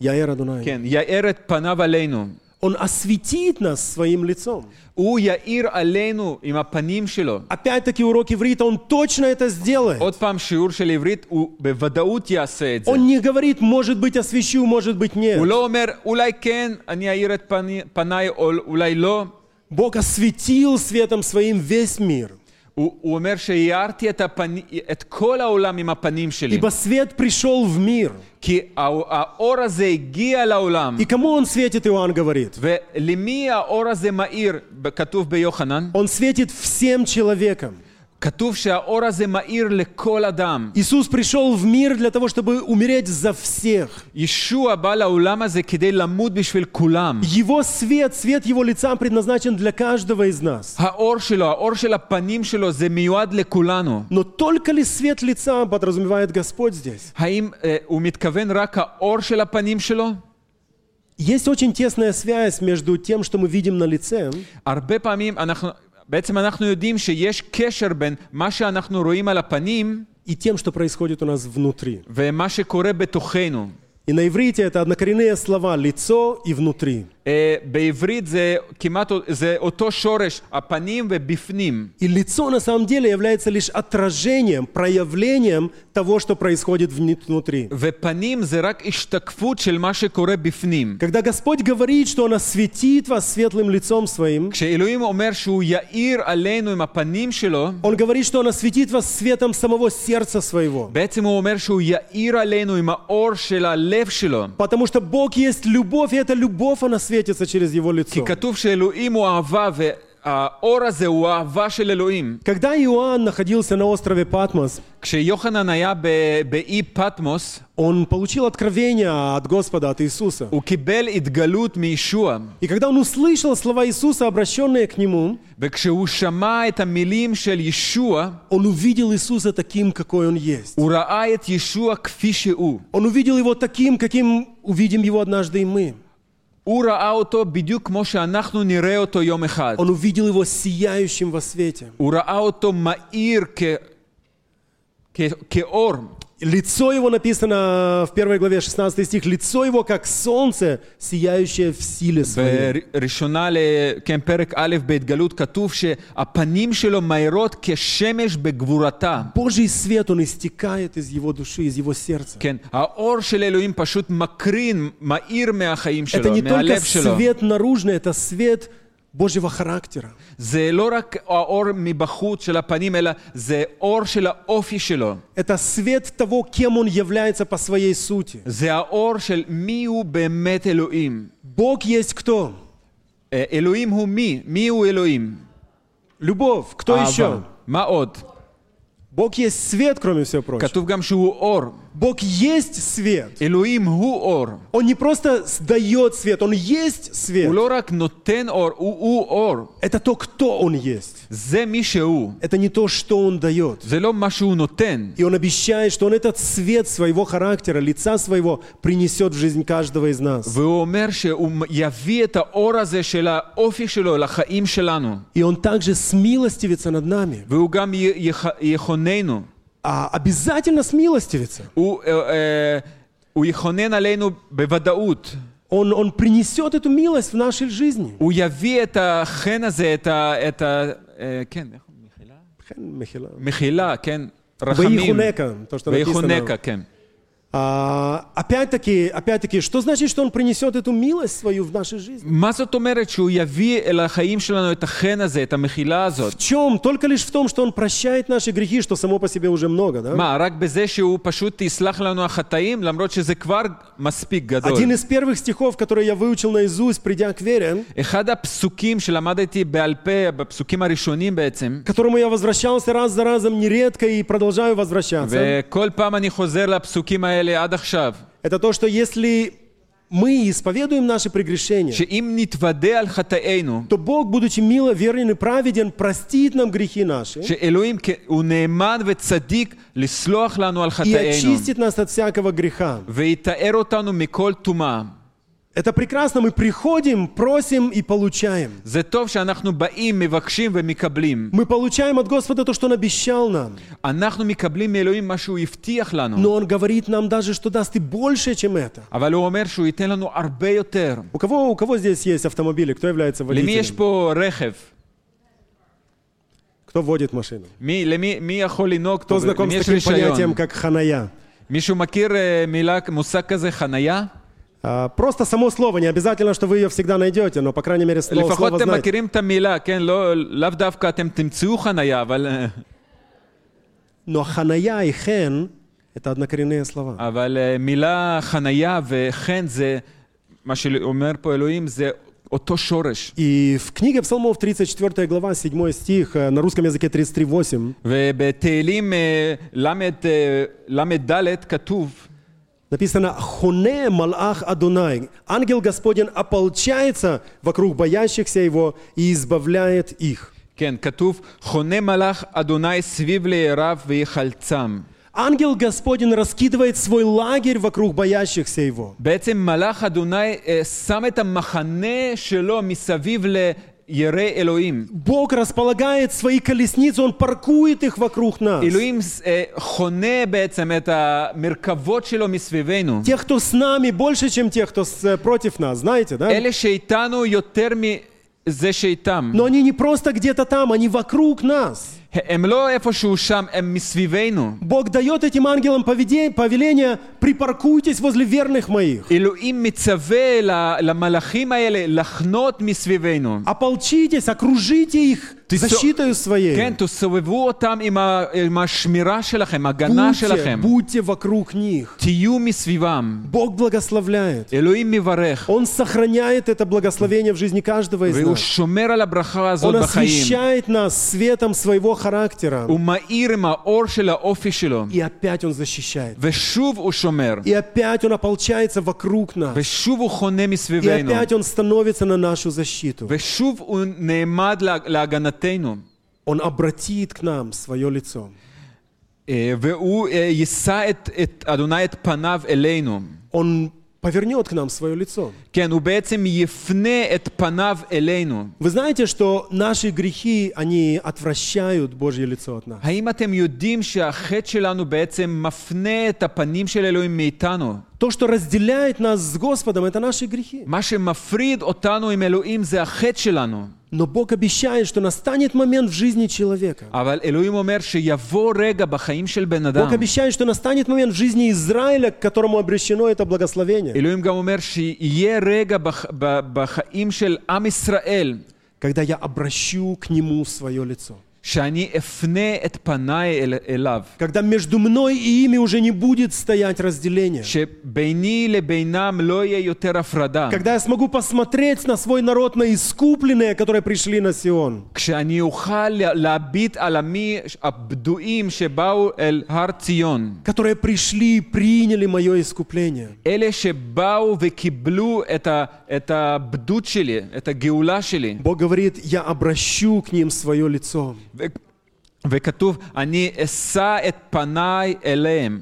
Speaker 1: Яэр Адунай.
Speaker 2: כן, יאר את פניו עלינו.
Speaker 1: Он осветит нас своим лицом.
Speaker 2: הוא יאיר עלינו עם הפנים שלו.
Speaker 1: Опять-таки урок иврита, он точно это сделает.
Speaker 2: עוד פעם, שיעור של עברית, הוא בוודאות יעשה את זה.
Speaker 1: Он не говорит, может быть, освещу, может быть,
Speaker 2: הוא
Speaker 1: нет.
Speaker 2: לא אומר, אולי כן, אני אאיר את פני- פניי, או אולי לא.
Speaker 1: Бог осветил светом своим весь мир.
Speaker 2: הוא, הוא אומר שהארתי את, הפני, את כל העולם עם הפנים שלי.
Speaker 1: Ибо свет пришел в мир.
Speaker 2: כי הא- האור הזה הגיע לעולם.
Speaker 1: И кому он светит, Иоанн говорит?
Speaker 2: ולמי האור הזה מאיר? ב- כתוב ביוחנן.
Speaker 1: Он светит всем человекам.
Speaker 2: כתוב שהאור הזה מאיר לכל אדם.
Speaker 1: Иисус пришел в мир для того, чтобы умереть за всех.
Speaker 2: ישוע בא לעולם הזה כדי למות בשביל כולם.
Speaker 1: Его свет, свет его лица предназначен для каждого из нас.
Speaker 2: האור שלו, האור של הפנים שלו, זה מיועד לכולנו.
Speaker 1: Но только ли свет лица подразумевает Господь здесь?
Speaker 2: האם אה, הוא מתכוון רק האור של הפנים שלו?
Speaker 1: Есть очень тесная связь между тем, что мы видим на лице,
Speaker 2: הרבה פעמים אנחנו, בעצם אנחנו יודעים שיש קשר בין מה שאנחנו רואים על הפנים
Speaker 1: и תем, что происходит у нас внутри.
Speaker 2: ומה שקורה בתוכנו.
Speaker 1: И на иврите это однокоренные слова «лицо» и «внутри».
Speaker 2: אה, בעברית זה כמעט, א- זה אותו שורש, הפנים ובפנים.
Speaker 1: И лицо на самом деле является лишь отражением, проявлением того, что происходит вни- внутри.
Speaker 2: ופנים זה רק השתקפות של מה שקורה בפנים.
Speaker 1: Когда Господь говорит, что Он осветит вас светлым лицом своим,
Speaker 2: כשאלוהים אומר שהוא יאיר עלינו עם הפנים שלו,
Speaker 1: Он говорит, что Он осветит вас светом самого сердца своего.
Speaker 2: בעצם הוא אומר שהוא יאיר עלינו עם האור של הלב שלו.
Speaker 1: Потому что Бог есть любовь, и эта любовь, она светится через Его
Speaker 2: כי
Speaker 1: лицо.
Speaker 2: כתוב שאלוהים הוא אהבה, והאור הזה הוא האהבה של אלוהים.
Speaker 1: Когда Иоанн находился на острове Патмос,
Speaker 2: כשיוחנן היה ב- באי פטמוס,
Speaker 1: он получил откровение от Господа, от Иисуса.
Speaker 2: הוא קיבל התגלות מישוע.
Speaker 1: И когда он услышал слова Иисуса, обращенные к нему,
Speaker 2: וכשהוא שמע את המילים של ישוע,
Speaker 1: он увидел Иисуса таким, какой он есть.
Speaker 2: הוא ראה את ישוע כפי שהוא.
Speaker 1: Он увидел его таким, каким увидим его однажды и мы.
Speaker 2: הוא ראה אותו בדיוק כמו שאנחנו נראה אותו יום אחד.
Speaker 1: Он увидел его сияющим во свете.
Speaker 2: הוא ראה אותו מאיר כ... כ... כאור.
Speaker 1: Лицо его написано в первой главе 16 стих. Лицо его как солнце, сияющее в силе своей.
Speaker 2: בראשונה, ל... כן, פרק א' בהתגלות כתוב שהפנים שלו מאירות כשמש בגבורתה.
Speaker 1: Божий свет, он истекает из его души, из его сердца.
Speaker 2: כן, האור של אלוהים פשוט מקרין, מאיר מהחיים
Speaker 1: Это
Speaker 2: שלו,
Speaker 1: не только
Speaker 2: מהלב שלו.
Speaker 1: свет наружный, это свет Божьего характера.
Speaker 2: זה לא רק האור מבחוץ של הפנים, אלא זה אור של האופי שלו.
Speaker 1: Это свет того, кем он является по своей сути.
Speaker 2: זה האור של מי הוא באמת אלוהים.
Speaker 1: Бог есть кто?
Speaker 2: אה, אלוהים הוא מי? מי הוא אלוהים?
Speaker 1: Любовь. Кто еще?
Speaker 2: אהבה. מה עוד?
Speaker 1: Бог есть свет, кроме всего прочего.
Speaker 2: כתוב גם שהוא אור.
Speaker 1: Бог есть свет.
Speaker 2: אלוהים הוא אור.
Speaker 1: Он не просто сдает свет, он есть свет.
Speaker 2: הוא לא רק נותן אור, הוא, הוא אור.
Speaker 1: Это то, кто он есть.
Speaker 2: זה מי שהוא.
Speaker 1: Это не то, что он дает.
Speaker 2: זה לא מה שהוא נותן.
Speaker 1: И он обещает, что он этот свет своего характера, лица своего принесет в жизнь каждого из нас.
Speaker 2: והוא אומר שהוא יביא את האור הזה של האופי שלו לחיים שלנו.
Speaker 1: И он также смилостивится над нами.
Speaker 2: והוא גם י- יח- יחוננו.
Speaker 1: А обязательно смилостивится.
Speaker 2: הוא, אה, אה, הוא יחונן עלינו בוודאות.
Speaker 1: Он, он принесет эту милость в нашей жизни.
Speaker 2: הוא יביא את החן הזה, את ה... את ה אה, כן, איך? מחילה?
Speaker 1: Хэн махила.
Speaker 2: מחילה, כן. רחמים.
Speaker 1: Ваихунека, то, что
Speaker 2: ויחונקה,
Speaker 1: написано.
Speaker 2: כן.
Speaker 1: А, опять-таки, опять-таки, что значит, что он принесет эту милость свою в нашей жизни?
Speaker 2: מה זאת אומרת שהוא יביא אל החיים שלנו את החן הזה, את המחילה הזאת?
Speaker 1: В чем? Только лишь в том, что он прощает наши грехи, что само по себе уже много, да?
Speaker 2: מה, רק בזה שהוא פשוט יסלח לנו החטאים, למרות שזה כבר מספיק גדול.
Speaker 1: Один из первых стихов, которые я выучил наизусть, придя к вере,
Speaker 2: אחד הפסוקים שלמדתי בעל פה, בפסוקים הראשונים בעצם,
Speaker 1: к которому я возвращался раз за разом нередко и продолжаю возвращаться,
Speaker 2: וכל פעם אני חוזר לפסוקים האלה עד עכשיו,
Speaker 1: это то, что если мы исповедуем наши прегрешения,
Speaker 2: שאם נתוודה על חטאינו,
Speaker 1: то Бог, будучи мило, верен и праведен, простит нам грехи наши
Speaker 2: שאלוהים כ- הוא נאמן וצדיק לסלוח לנו על
Speaker 1: и
Speaker 2: חטאינו,
Speaker 1: очистит нас от всякого גреха.
Speaker 2: ויטהר אותנו מכל טומאה.
Speaker 1: Это прекрасно, мы приходим, просим и получаем.
Speaker 2: זה טוב שאנחנו באים, מבקשים ומקבלים.
Speaker 1: Мы получаем от Господа то, что Он обещал нам.
Speaker 2: אנחנו מקבלים מאלוהים מה שהוא הבטיח לנו,
Speaker 1: Но Он говорит нам даже, что даст и больше, чем это.
Speaker 2: אבל הוא אומר שהוא ייתן לנו הרבה יותר.
Speaker 1: У кого, у кого здесь есть автомобили? Кто является
Speaker 2: למי יש
Speaker 1: водителем?
Speaker 2: פה רכב?
Speaker 1: Кто водит машину?
Speaker 2: מי, למי, מי יכול לנהוג פה?
Speaker 1: Кто знаком
Speaker 2: למי
Speaker 1: с
Speaker 2: יש
Speaker 1: таким
Speaker 2: רישיון?
Speaker 1: понятием, как ханая?
Speaker 2: מישהו מכיר אה, מילה, מושג כזה חנייה?
Speaker 1: А, Просто само слово, не обязательно, что вы ее всегда найдете, но, по крайней мере, слово,
Speaker 2: לפחות
Speaker 1: слово
Speaker 2: אתם
Speaker 1: знаете.
Speaker 2: מכירים את המילה, כן? לא, לאו דווקא אתם תמצאו חנייה, אבל, אה,
Speaker 1: Но ханая и хен – это однокоренные слова.
Speaker 2: אבל אה, מילה חנייה וחן זה, מה שאומר פה אלוהים, זה אותו שורש.
Speaker 1: И в книге Псалмов 34 глава, 7 стих, э, на русском языке 33.8,
Speaker 2: ובתהילים אה, למד, אה, ל"ד כתוב,
Speaker 1: Написано «Хоне Малах Адунай». Ангел Господень ополчается вокруг боящихся его и избавляет их.
Speaker 2: כן, כתוב, חונה מלאך אדוני סביב ליעריו ויחלצם.
Speaker 1: Ангел Господень раскидывает свой лагерь вокруг боящихся его.
Speaker 2: בעצם מלאך אדוני אה, שם את המחנה שלו מסביב ירא אלוהים.
Speaker 1: Бог располагает свои колесницы, Он паркует их вокруг нас.
Speaker 2: אלוהים אה, חונה בעצם את המרכבות שלו מסביבנו.
Speaker 1: Тех, кто с нами, больше, чем тех, кто с- э, против нас, знаете, да?
Speaker 2: אלה שאיתנו יותר מזה שאיתם.
Speaker 1: Но они не просто где-то там, они вокруг нас.
Speaker 2: הם לא איפשהו שם, הם מסביבנו.
Speaker 1: Бог дает этим ангелам поведе- повеление, припаркуйтесь возле верных моих.
Speaker 2: אלוהים מצווה ל- למלאכים האלה לחנות מסביבנו.
Speaker 1: Ополчитесь, окружите их
Speaker 2: Ты со-
Speaker 1: защитою
Speaker 2: כן,
Speaker 1: своей.
Speaker 2: תסובבו אותם עם ה- עם השמירה שלכם, הגנה
Speaker 1: Будьте,
Speaker 2: שלכם.
Speaker 1: будьте вокруг них.
Speaker 2: תהיו מסביבם.
Speaker 1: Bог благословляет.
Speaker 2: אלוהים מברך,
Speaker 1: Он сохраняет это благословение в жизни каждого из
Speaker 2: והוא
Speaker 1: нас.
Speaker 2: שומר על הברכה הזאת
Speaker 1: Он
Speaker 2: בחיים.
Speaker 1: освещает нас светом своего характера.
Speaker 2: הוא מאיר עם האור של האופי שלו,
Speaker 1: И опять Он защищает.
Speaker 2: ושוב הוא שומר,
Speaker 1: И опять Он ополчается вокруг нас.
Speaker 2: ושוב הוא חונה
Speaker 1: И
Speaker 2: מסביבנו,
Speaker 1: опять Он становится на нашу защиту.
Speaker 2: ושוב הוא נעמד לה- להגנתנו,
Speaker 1: Он обратит к нам свое лицо.
Speaker 2: אה, והוא אה, יישא את- את אדוני את פניו אלינו.
Speaker 1: Он повернет к нам свое лицо.
Speaker 2: כן, הוא בעצם יפנה את פניו אלינו.
Speaker 1: Вы знаете, что наши грехи, они отвращают Божье лицо от нас.
Speaker 2: האם אתם יודעים שהחטא שלנו בעצם מפנה את הפנים של אלוהים מאיתנו?
Speaker 1: То, что разделяет нас с Господом, это наши грехи.
Speaker 2: מה שמפריד אותנו עם אלוהים זה החטא שלנו.
Speaker 1: Но Бог обещает, что настанет момент в жизни человека.
Speaker 2: אבל אלוהים אומר שיבוא רגע בחיים של בן אדם.
Speaker 1: Бог обещает, что настанет момент в жизни Израиля, к которому обращено это благословение.
Speaker 2: אלוהים גם אומר שיהיה רגע בח, ב, בחיים של עם ישראל,
Speaker 1: Когда я обращу к нему свое лицо.
Speaker 2: שאני אפנה את פניי אל, אליו.
Speaker 1: Когда между мной и ими уже не будет стоять разделение.
Speaker 2: שביני לבינם לא יהיה יותר הפרדה.
Speaker 1: Когда я смогу посмотреть на свой народ, на искупленные, которые пришли на Сион.
Speaker 2: כשאני אוכל לה- להביט על עמי הבדואים שבאו אל הר ציון.
Speaker 1: которые пришли и приняли мое искупление.
Speaker 2: אלה שבאו וקיבלו את, ה, את הבדות שלי, את הגאולה שלי.
Speaker 1: Бог говорит, я обращу к ним свое лицо.
Speaker 2: ו, וכתוב, אני אשא את פניי אליהם.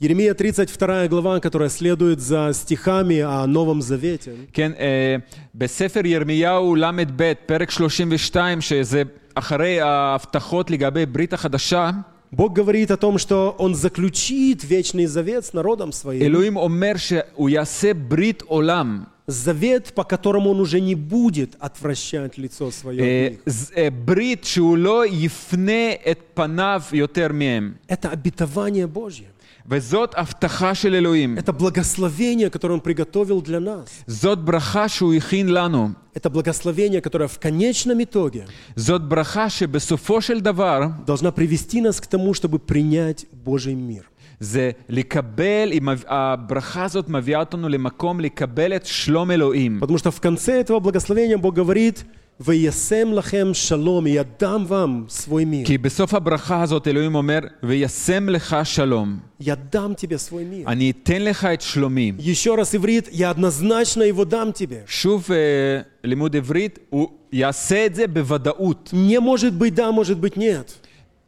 Speaker 1: Еремия 32 глава, которая следует за стихами о Новом Завете.
Speaker 2: כן, אה, בספר ירמיהו ל"ב, פרק 32, שזה אחרי ההבטחות לגבי ברית החדשה,
Speaker 1: Бог говорит о том, что Он заключит вечный завет с народом своим.
Speaker 2: אלוהים אומר שהוא יעשה ברית עולם.
Speaker 1: Завет, по которому Он уже не будет отвращать лицо свое
Speaker 2: אה,
Speaker 1: от них.
Speaker 2: ז- אה, ברית שהוא לא יפנה את פניו יותר מהם.
Speaker 1: Это обетование Божье.
Speaker 2: וזאת הבטחה של אלוהים.
Speaker 1: Это благословение, которое Он приготовил для нас.
Speaker 2: זאת ברכה שהוא הכין לנו.
Speaker 1: Это благословение, которое в конечном итоге
Speaker 2: זאת ברכה שבסופו של דבר
Speaker 1: должна привести нас к тому, чтобы принять Божий мир.
Speaker 2: זה לקבל, היא מב- הברכה הזאת מביאה אותנו למקום לקבל את שלום אלוהים.
Speaker 1: Потому что в конце этого благословения Бог говорит, «Ваясем лахем шалом, и я дам вам свой мир».
Speaker 2: כי בסוף הברכה הזאת אלוהים אומר, וישם לך שלום.
Speaker 1: Я дам тебе свой мир.
Speaker 2: אני אתן לך את שלומי.
Speaker 1: Еще раз иврит, я однозначно его дам тебе.
Speaker 2: שוב, אה, לימוד עברית, הוא יעשה את זה בוודאות.
Speaker 1: Не может быть да, может быть нет.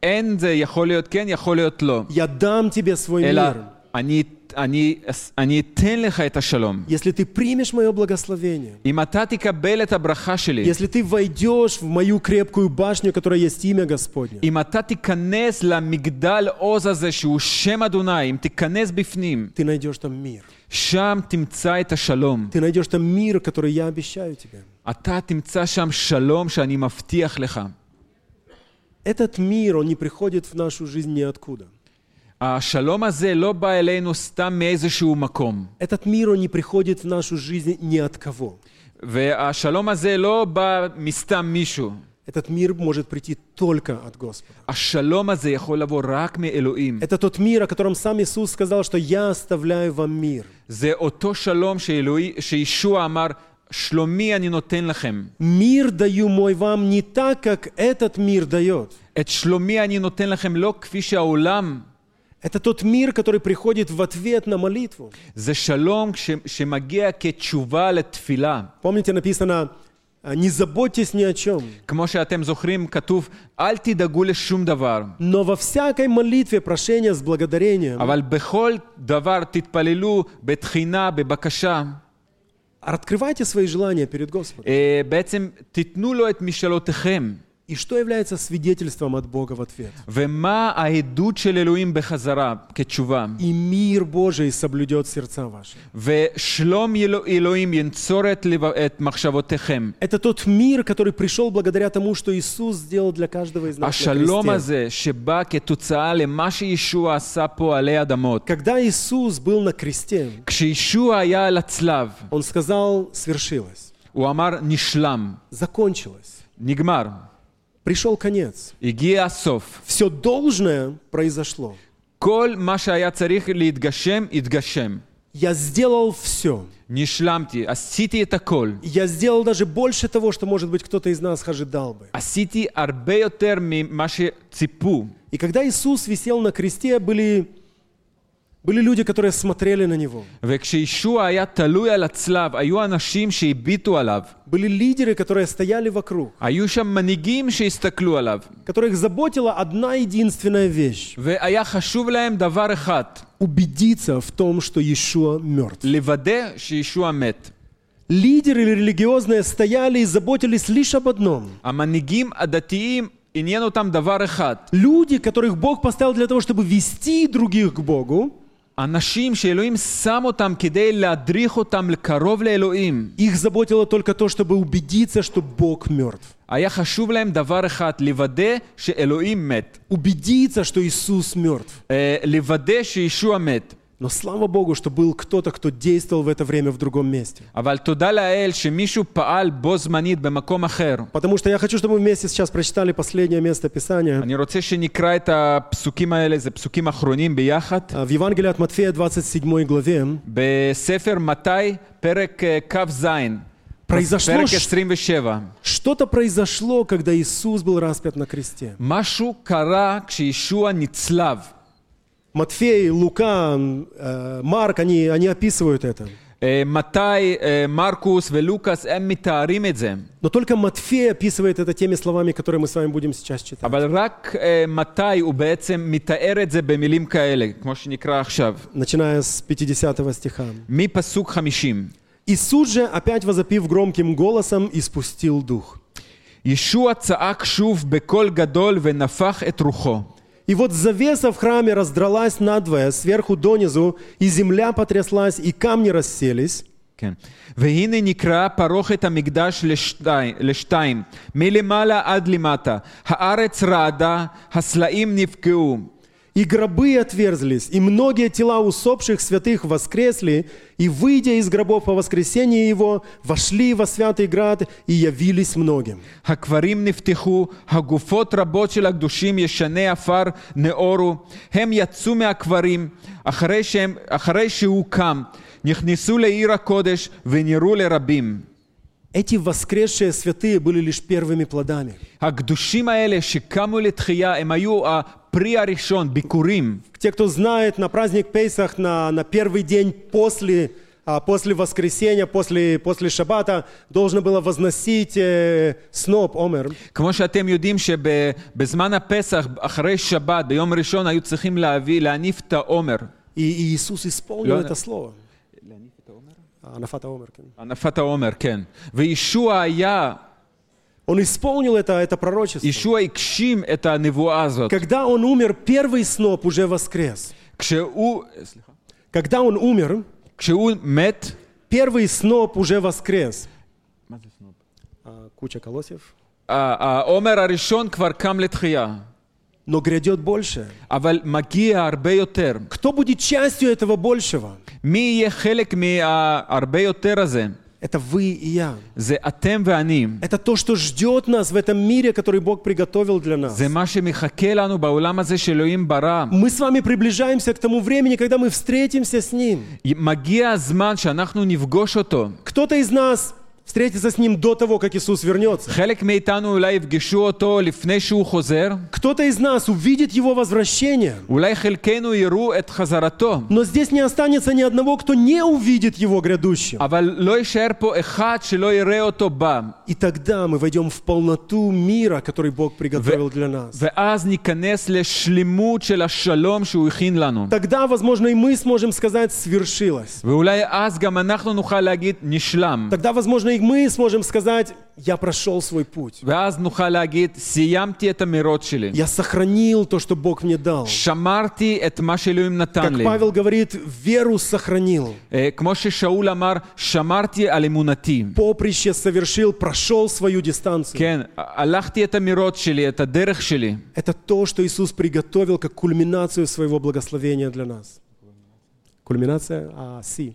Speaker 2: אין זה יכול להיות כן, יכול להיות לא.
Speaker 1: Я дам тебе свой
Speaker 2: אלא
Speaker 1: мир.
Speaker 2: אני, אני, אני אתן לך את השלום.
Speaker 1: Если ты примешь мое благословение,
Speaker 2: אם אתה תקבל את הברכה שלי,
Speaker 1: если ты войдешь в мою крепкую башню, которая есть имя Господне,
Speaker 2: אם אתה תיכנס למגדל עוז הזה שהוא שם אדוני, אם תיכנס בפנים,
Speaker 1: ты найдешь там мир.
Speaker 2: שם תמצא את השלום.
Speaker 1: Ты найдешь там мир, который я обещаю тебе.
Speaker 2: אתה תמצא שם שלום שאני מבטיח לך.
Speaker 1: Этот мир, он не приходит в нашу жизнь ниоткуда.
Speaker 2: השלום הזה לא בא אלינו סתם מאיזשהו מקום.
Speaker 1: Этот мир, он не приходит в нашу жизнь ни от кого.
Speaker 2: והשלום הזה לא בא מסתם מישהו.
Speaker 1: Этот мир может прийти только от Господа.
Speaker 2: השלום הזה יכול לבוא רק מאלוהים.
Speaker 1: Это тот мир, о котором сам Иисус сказал, что «Я оставляю вам мир».
Speaker 2: זה אותו שלום שאלוהי, שישוע אמר, שלומי אני נותן לכם.
Speaker 1: Мир даю мой вам не так, как этот мир дает.
Speaker 2: את שלומי אני נותן לכם לא כפי שהעולם
Speaker 1: Это тот мир, который приходит в ответ на молитву.
Speaker 2: זה שלום ש, שמגיע כתשובה לתפילה.
Speaker 1: Помните, написано э, «Не заботьтесь ни о чем,
Speaker 2: כמו שאתם זוכרים, כתוב, אל תדאגו לשום דבר,
Speaker 1: но во всякой молитве прошение с
Speaker 2: А
Speaker 1: благодарением
Speaker 2: אבל בכל דבר תתפללו בתחינה, בבקשה,
Speaker 1: Открывайте свои желания перед Господом.
Speaker 2: אה, בעצם תיתנו לו את משאלותיכם.
Speaker 1: И что является свидетельством от Бога в ответ?
Speaker 2: ומה העדות של אלוהים בחזרה כתשובה?
Speaker 1: И мир Божий соблюдет сердца ваши.
Speaker 2: ושלום אלו- אלוהים ינצור את, לב... את מחשבותיכם.
Speaker 1: Это тот мир, который пришел благодаря тому, что Иисус сделал для каждого
Speaker 2: А
Speaker 1: из нас на
Speaker 2: השלום
Speaker 1: кресте.
Speaker 2: הזה שבא כתוצאה למה שישוע עשה פה עלי אדמות.
Speaker 1: Когда Иисус был на кресте,
Speaker 2: כשישוע היה על הצלב,
Speaker 1: Он сказал, свершилось,
Speaker 2: הוא אמר נשלם,
Speaker 1: закончилось,
Speaker 2: נגמר,
Speaker 1: пришел конец.
Speaker 2: הגיע הסוף.
Speaker 1: Все должное произошло.
Speaker 2: כל מה שהיה צריך להתגשם, התגשם.
Speaker 1: Я сделал все.
Speaker 2: נשלמתי, עשיתי את הכל.
Speaker 1: Я сделал даже больше того, что, может быть, кто-то из нас ожидал бы.
Speaker 2: עשיתי הרבה יותר ממה שציפו.
Speaker 1: И когда Иисус висел на кресте, были, были люди, которые смотрели на Него.
Speaker 2: וכשישוע היה תלוי על הצלב, היו אנשים שהביטו עליו.
Speaker 1: Были лидеры, которые стояли вокруг,
Speaker 2: היו שם מנהיגים שהסתכלו עליו,
Speaker 1: которых заботила одна единственная вещь
Speaker 2: והיה חשוב להם דבר אחד,
Speaker 1: – убедиться в том, что Иешуа мертв.
Speaker 2: לוודא שישוע מת.
Speaker 1: Лидеры или религиозные стояли и заботились лишь об одном.
Speaker 2: המנהיגים הדתיים עניין אותם דבר אחד,
Speaker 1: Люди, которых Бог поставил для того, чтобы вести других к Богу,
Speaker 2: אנשים שאלוהים שם אותם כדי להדריך אותם לקרוב לאלוהים.
Speaker 1: их заботило только то, чтобы убедиться, что Бог мертв.
Speaker 2: היה חשוב להם דבר אחד, לוודא שאלוהים מת.
Speaker 1: Убедиться, что Иисус мертв.
Speaker 2: אה, לוודא שישוע מת.
Speaker 1: Но слава Богу, что был кто-то, кто действовал в это время в другом месте.
Speaker 2: אבל תודה לאל שמישהו פעל בו זמנית במקום אחר.
Speaker 1: Потому что я хочу, чтобы мы вместе сейчас прочитали последнее место Писания.
Speaker 2: אני רוצה שנקרא את הפסוקים האלה, זה פסוקים אחרונים ביחד.
Speaker 1: А, В Евангелии от Матфея 27 главе
Speaker 2: בספר מתי, פרק אה, כ"ז,
Speaker 1: произошло
Speaker 2: פרק
Speaker 1: ш-
Speaker 2: 27.
Speaker 1: что-то произошло, когда Иисус был распят на кресте.
Speaker 2: משהו קרה כשישוע נצלב.
Speaker 1: Матфей, Лука, э, Марк, они, они описывают это.
Speaker 2: אה, מתי, אה, מרקוס ולוקאס, הם מתארים את זה.
Speaker 1: Но только Матфей описывает это теми словами, которые мы с вами будем сейчас читать.
Speaker 2: אבל רק אה, מתי הוא בעצם מתאר את זה במילים כאלה, כמו שנקרא עכשיו.
Speaker 1: Начиная с 50 стиха.
Speaker 2: מפסוק 50.
Speaker 1: «Иисус же, опять возопив громким голосом, испустил дух.
Speaker 2: ישוע צעק שוב בקול גדול ונפח את רוחו.
Speaker 1: И вот завеса в храме раздралась надвое, сверху донизу, и земля потряслась, и камни расселись.
Speaker 2: כן. והנה נקרעה פרוכת המקדש לשתי, לשתיים, מלמעלה עד למטה. הארץ רעדה, הסלעים נפגעו.
Speaker 1: И гробы отверзлись, и многие тела усопших святых воскресли, и, выйдя из гробов по воскресении его, вошли во святый град и явились многим.
Speaker 2: הקברים נפתחו, הגופות רבות של הקדושים ישני עפר נאורו. הם יצאו מהקברים אחרי, שהם, אחרי שהוא קם, נכנסו לעיר הקודש ונראו לרבים.
Speaker 1: Эти воскресшие святые были лишь первыми плодами.
Speaker 2: הקדושים האלה שקמו לתחייה, הם היו הפרי הראשון, ביכורים.
Speaker 1: Те, кто знает, на праздник Пейсах, на, на первый день после, а, после воскресения, после, после шаббата, должно было возносить э, сноп, омер,
Speaker 2: כמו שאתם יודעים שבזמן הפסח, אחרי שבת, ביום ראשון, היו צריכים להביא, להניף את העומר.
Speaker 1: И и Иисус исполнил
Speaker 2: Лёна.
Speaker 1: это слово. А, Нафата Омеркин.
Speaker 2: הנפת העומר, כן. וישוע היה,
Speaker 1: Он исполнил это, это пророчество.
Speaker 2: ישוע הגשים את הנבואה הזאת.
Speaker 1: Когда он умер, первый сноп уже воскрес.
Speaker 2: כשהוא, סליחה,
Speaker 1: Когда он умер,
Speaker 2: כשהוא מת,
Speaker 1: первый сноп уже воскрес. А, Куча колосьев.
Speaker 2: ה- העומר הראשון כבר קם לתחייה.
Speaker 1: Но грядет больше.
Speaker 2: אבל מגיע הרבה יותר.
Speaker 1: Кто будет частью этого большего?
Speaker 2: מי יהיה חלק מההרבה יותר הזה?
Speaker 1: Это вы и я.
Speaker 2: זה אתם ואני.
Speaker 1: Это то, что ждет нас в этом мире, который Бог приготовил для нас.
Speaker 2: זה מה שמחכה לנו בעולם הזה שאלוהים ברא.
Speaker 1: Мы с вами приближаемся к тому времени, когда мы встретимся с Ним.
Speaker 2: מגיע הזמן שאנחנו נפגוש אותו.
Speaker 1: Кто-то из нас встретиться с Ним до того, как Иисус вернется.
Speaker 2: חלק מאיתנו אולי יפגשו אותו לפני שהוא חוזר,
Speaker 1: Кто-то из нас увидит Его возвращение,
Speaker 2: אולי חלקנו יראו את חזרתו,
Speaker 1: но здесь не останется ни одного, кто не увидит Его грядущим.
Speaker 2: אבל לא יישאר פה אחד שלא יראה אותו בא,
Speaker 1: И тогда мы войдем в полноту мира, который Бог приготовил для нас.
Speaker 2: ואז ניכנס לשלמות של השלום שהוא הכין לנו.
Speaker 1: Тогда, возможно, и мы сможем сказать «свершилось».
Speaker 2: ואולי אז גם אנחנו נוכל להגיד נשלם,
Speaker 1: Тогда, возможно, и мы сможем сказать «я прошел свой путь».
Speaker 2: ואז נוכל להגיד סיימתי את המרוץ שלי,
Speaker 1: Я сохранил то, что Бог мне дал.
Speaker 2: שמרתי את מה שאלוהים נתן
Speaker 1: Как
Speaker 2: לי.
Speaker 1: Павел говорит, веру сохранил,
Speaker 2: אה, כמו ששאול אמר, שמרתי על אמונתי.
Speaker 1: поприще совершил, прошел свою дистанцию.
Speaker 2: כן, הלכתי את המרוץ שלי, את הדרך שלי.
Speaker 1: Это то, что Иисус приготовил как кульминацию своего благословения для нас. Кульминация а, си.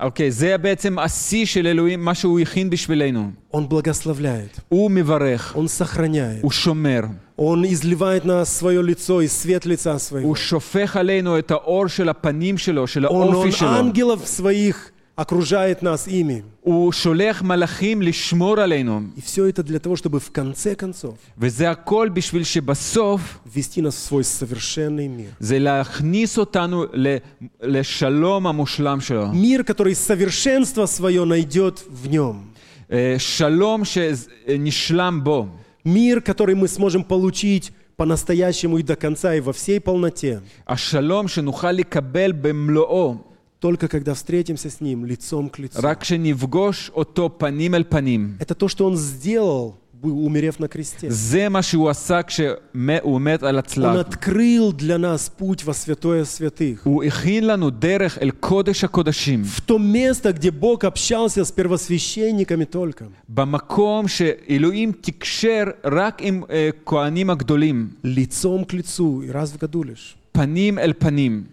Speaker 2: אוקיי, זה בעצם השיא של אלוהים, מה שהוא הכין בשבילנו.
Speaker 1: Он благословляет,
Speaker 2: הוא מברך,
Speaker 1: Он сохраняет,
Speaker 2: הוא שומר,
Speaker 1: Он изливает на нас свое лицо и свет лица своего.
Speaker 2: הוא שופך עלינו את האור של הפנים שלו, של
Speaker 1: Он,
Speaker 2: האופי
Speaker 1: он
Speaker 2: שלו.
Speaker 1: ангелов своих окружает нас ими.
Speaker 2: הוא שולח מלאכים לשמור עלינו,
Speaker 1: И все это для того, чтобы в конце концов
Speaker 2: וזה הכל בשביל שבסוף
Speaker 1: ввести нас в свой совершенный мир.
Speaker 2: זה להכניס אותנו ל- לשלום המושלם שלו.
Speaker 1: Мир, который совершенство свое найдет в нем.
Speaker 2: אה, שלום שנשלם בו.
Speaker 1: Мир, который мы сможем получить по-настоящему и до конца, и во всей полноте,
Speaker 2: השלום שנוכל לקבל במלואו,
Speaker 1: только когда встретимся с Ним лицом к лицу.
Speaker 2: רק כשנפגוש אותו פנים אל פנים.
Speaker 1: Это то, что Он сделал, бы- умерев на кресте.
Speaker 2: זה מה שהוא עשה כשהוא מת על
Speaker 1: Он
Speaker 2: הצלב.
Speaker 1: открыл для нас путь во святое святых.
Speaker 2: הוא הכין לנו דרך אל קודש הקודשים,
Speaker 1: В то место, где Бог общался с первосвященниками только.
Speaker 2: במקום שאלוהים תקשר רק עם אה, כהנים הגדולים,
Speaker 1: Лицом к лицу, и раз в году лишь.
Speaker 2: פנים אל פנים,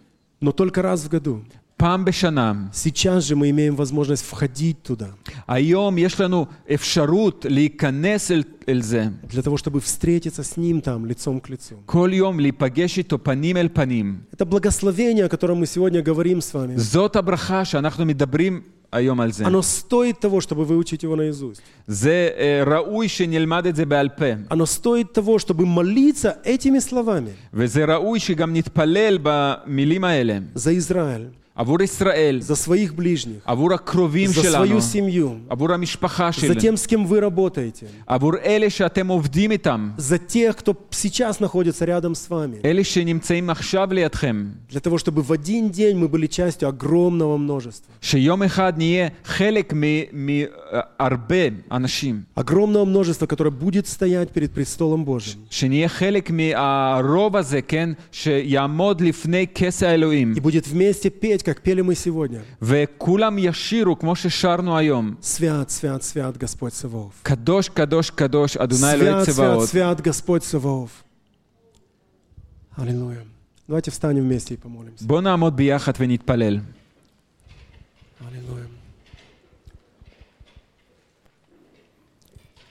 Speaker 1: Но только раз в году.
Speaker 2: פעם בשנה.
Speaker 1: Сейчас же мы имеем возможность входить туда,
Speaker 2: היום יש לנו אפשרות להיכנס אל, אל זה.
Speaker 1: для того, чтобы встретиться с Ним там, лицом к лицу.
Speaker 2: כל יום להיפגש איתו פנים אל פנים.
Speaker 1: Это благословение, о котором мы сегодня говорим с вами.
Speaker 2: זאת הברכה שאנחנו מדברים היום על זה.
Speaker 1: Оно стоит того, чтобы выучить его наизусть.
Speaker 2: זה אה, ראוי שנלמד את זה בעל פה,
Speaker 1: Оно стоит того, чтобы молиться этими словами
Speaker 2: וזה ראוי שגם נתפלל במילים האלה.
Speaker 1: за Израиль,
Speaker 2: עבור ישראל,
Speaker 1: за своих ближних,
Speaker 2: עבור הקרובים
Speaker 1: за
Speaker 2: שלנו,
Speaker 1: свою семью,
Speaker 2: עבור המשפחה
Speaker 1: за
Speaker 2: שלנו,
Speaker 1: тем, с кем вы работаете,
Speaker 2: עבור אלה שאתם עובדים איתם,
Speaker 1: за тех, кто сейчас находится рядом с вами,
Speaker 2: אלה שנמצאים עכשיו לידכם,
Speaker 1: для того, чтобы в один день мы были частью огромного множества.
Speaker 2: שיום אחד נהיה חלק מהרבה אנשים.
Speaker 1: Огромного множества, которое будет стоять перед престолом Божьим
Speaker 2: שנהיה חלק מהרוב הזה, כן? שיעמוד לפני כס האלוהים.
Speaker 1: и будет вместе петь, как пели мы сегодня.
Speaker 2: וכולם ישירו כמו ששרנו היום.
Speaker 1: Свят, свят, свят Господь Саваоф.
Speaker 2: קדוש, קדוש, קדוש, אדוני אלוהי
Speaker 1: Свят, свят,
Speaker 2: צבאות.
Speaker 1: свят Господь Саваоф. Аллилуйя. Давайте встанем вместе и помолимся.
Speaker 2: בואו נעמוד ביחד ונתפלל.
Speaker 1: Аллилуйя.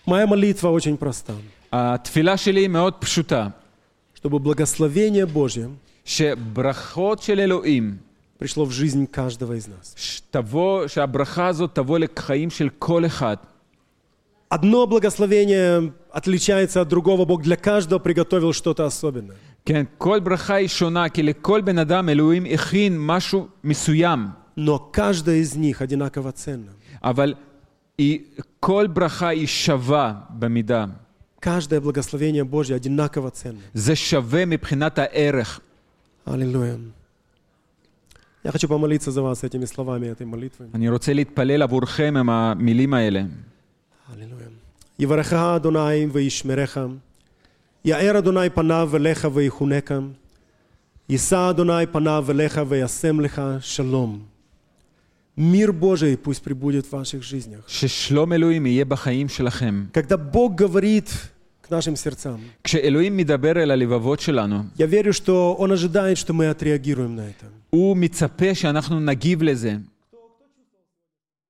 Speaker 1: Моя молитва очень проста.
Speaker 2: התפילה שלי היא מאוד פשוטה,
Speaker 1: Чтобы благословение Божье
Speaker 2: שברכות של אלוהים,
Speaker 1: пришло в жизнь каждого из нас.
Speaker 2: שתבוא, שהברכה הזאת תבוא לחיים של כל אחד.
Speaker 1: Одно благословение отличается от другого. Бог для каждого приготовил что-то особенное.
Speaker 2: כן, כל ברכה היא שונה, כי לכל בן אדם אלוהים הכין משהו מסוים,
Speaker 1: Но каждая из них одинаково ценна.
Speaker 2: אבל היא, כל ברכה היא שווה במידה.
Speaker 1: Каждое благословение Божье одинаково ценно.
Speaker 2: זה שווה מבחינת הערך.
Speaker 1: Аллилуйя. Я хочу помолиться за вас этими словами, этой молитвой.
Speaker 2: אני רוצה להתפלל עבורכם עם המילים האלה.
Speaker 1: הללויה. יברכך אדוני וישמרך, יאר אדוני פניו אליך ויחונקם, יישא אדוני פניו אליך וישם לך שלום. Мир Божий пусть прибудет в ваших жизнях.
Speaker 2: ששלום אלוהים יהיה בחיים שלכם.
Speaker 1: Когда Бог говорит к нашим сердцам,
Speaker 2: כשאלוהים מדבר אל הלבבות שלנו,
Speaker 1: я верю, что Он ожидает, что мы отреагируем на это.
Speaker 2: הוא מצפה שאנחנו נגיב לזה.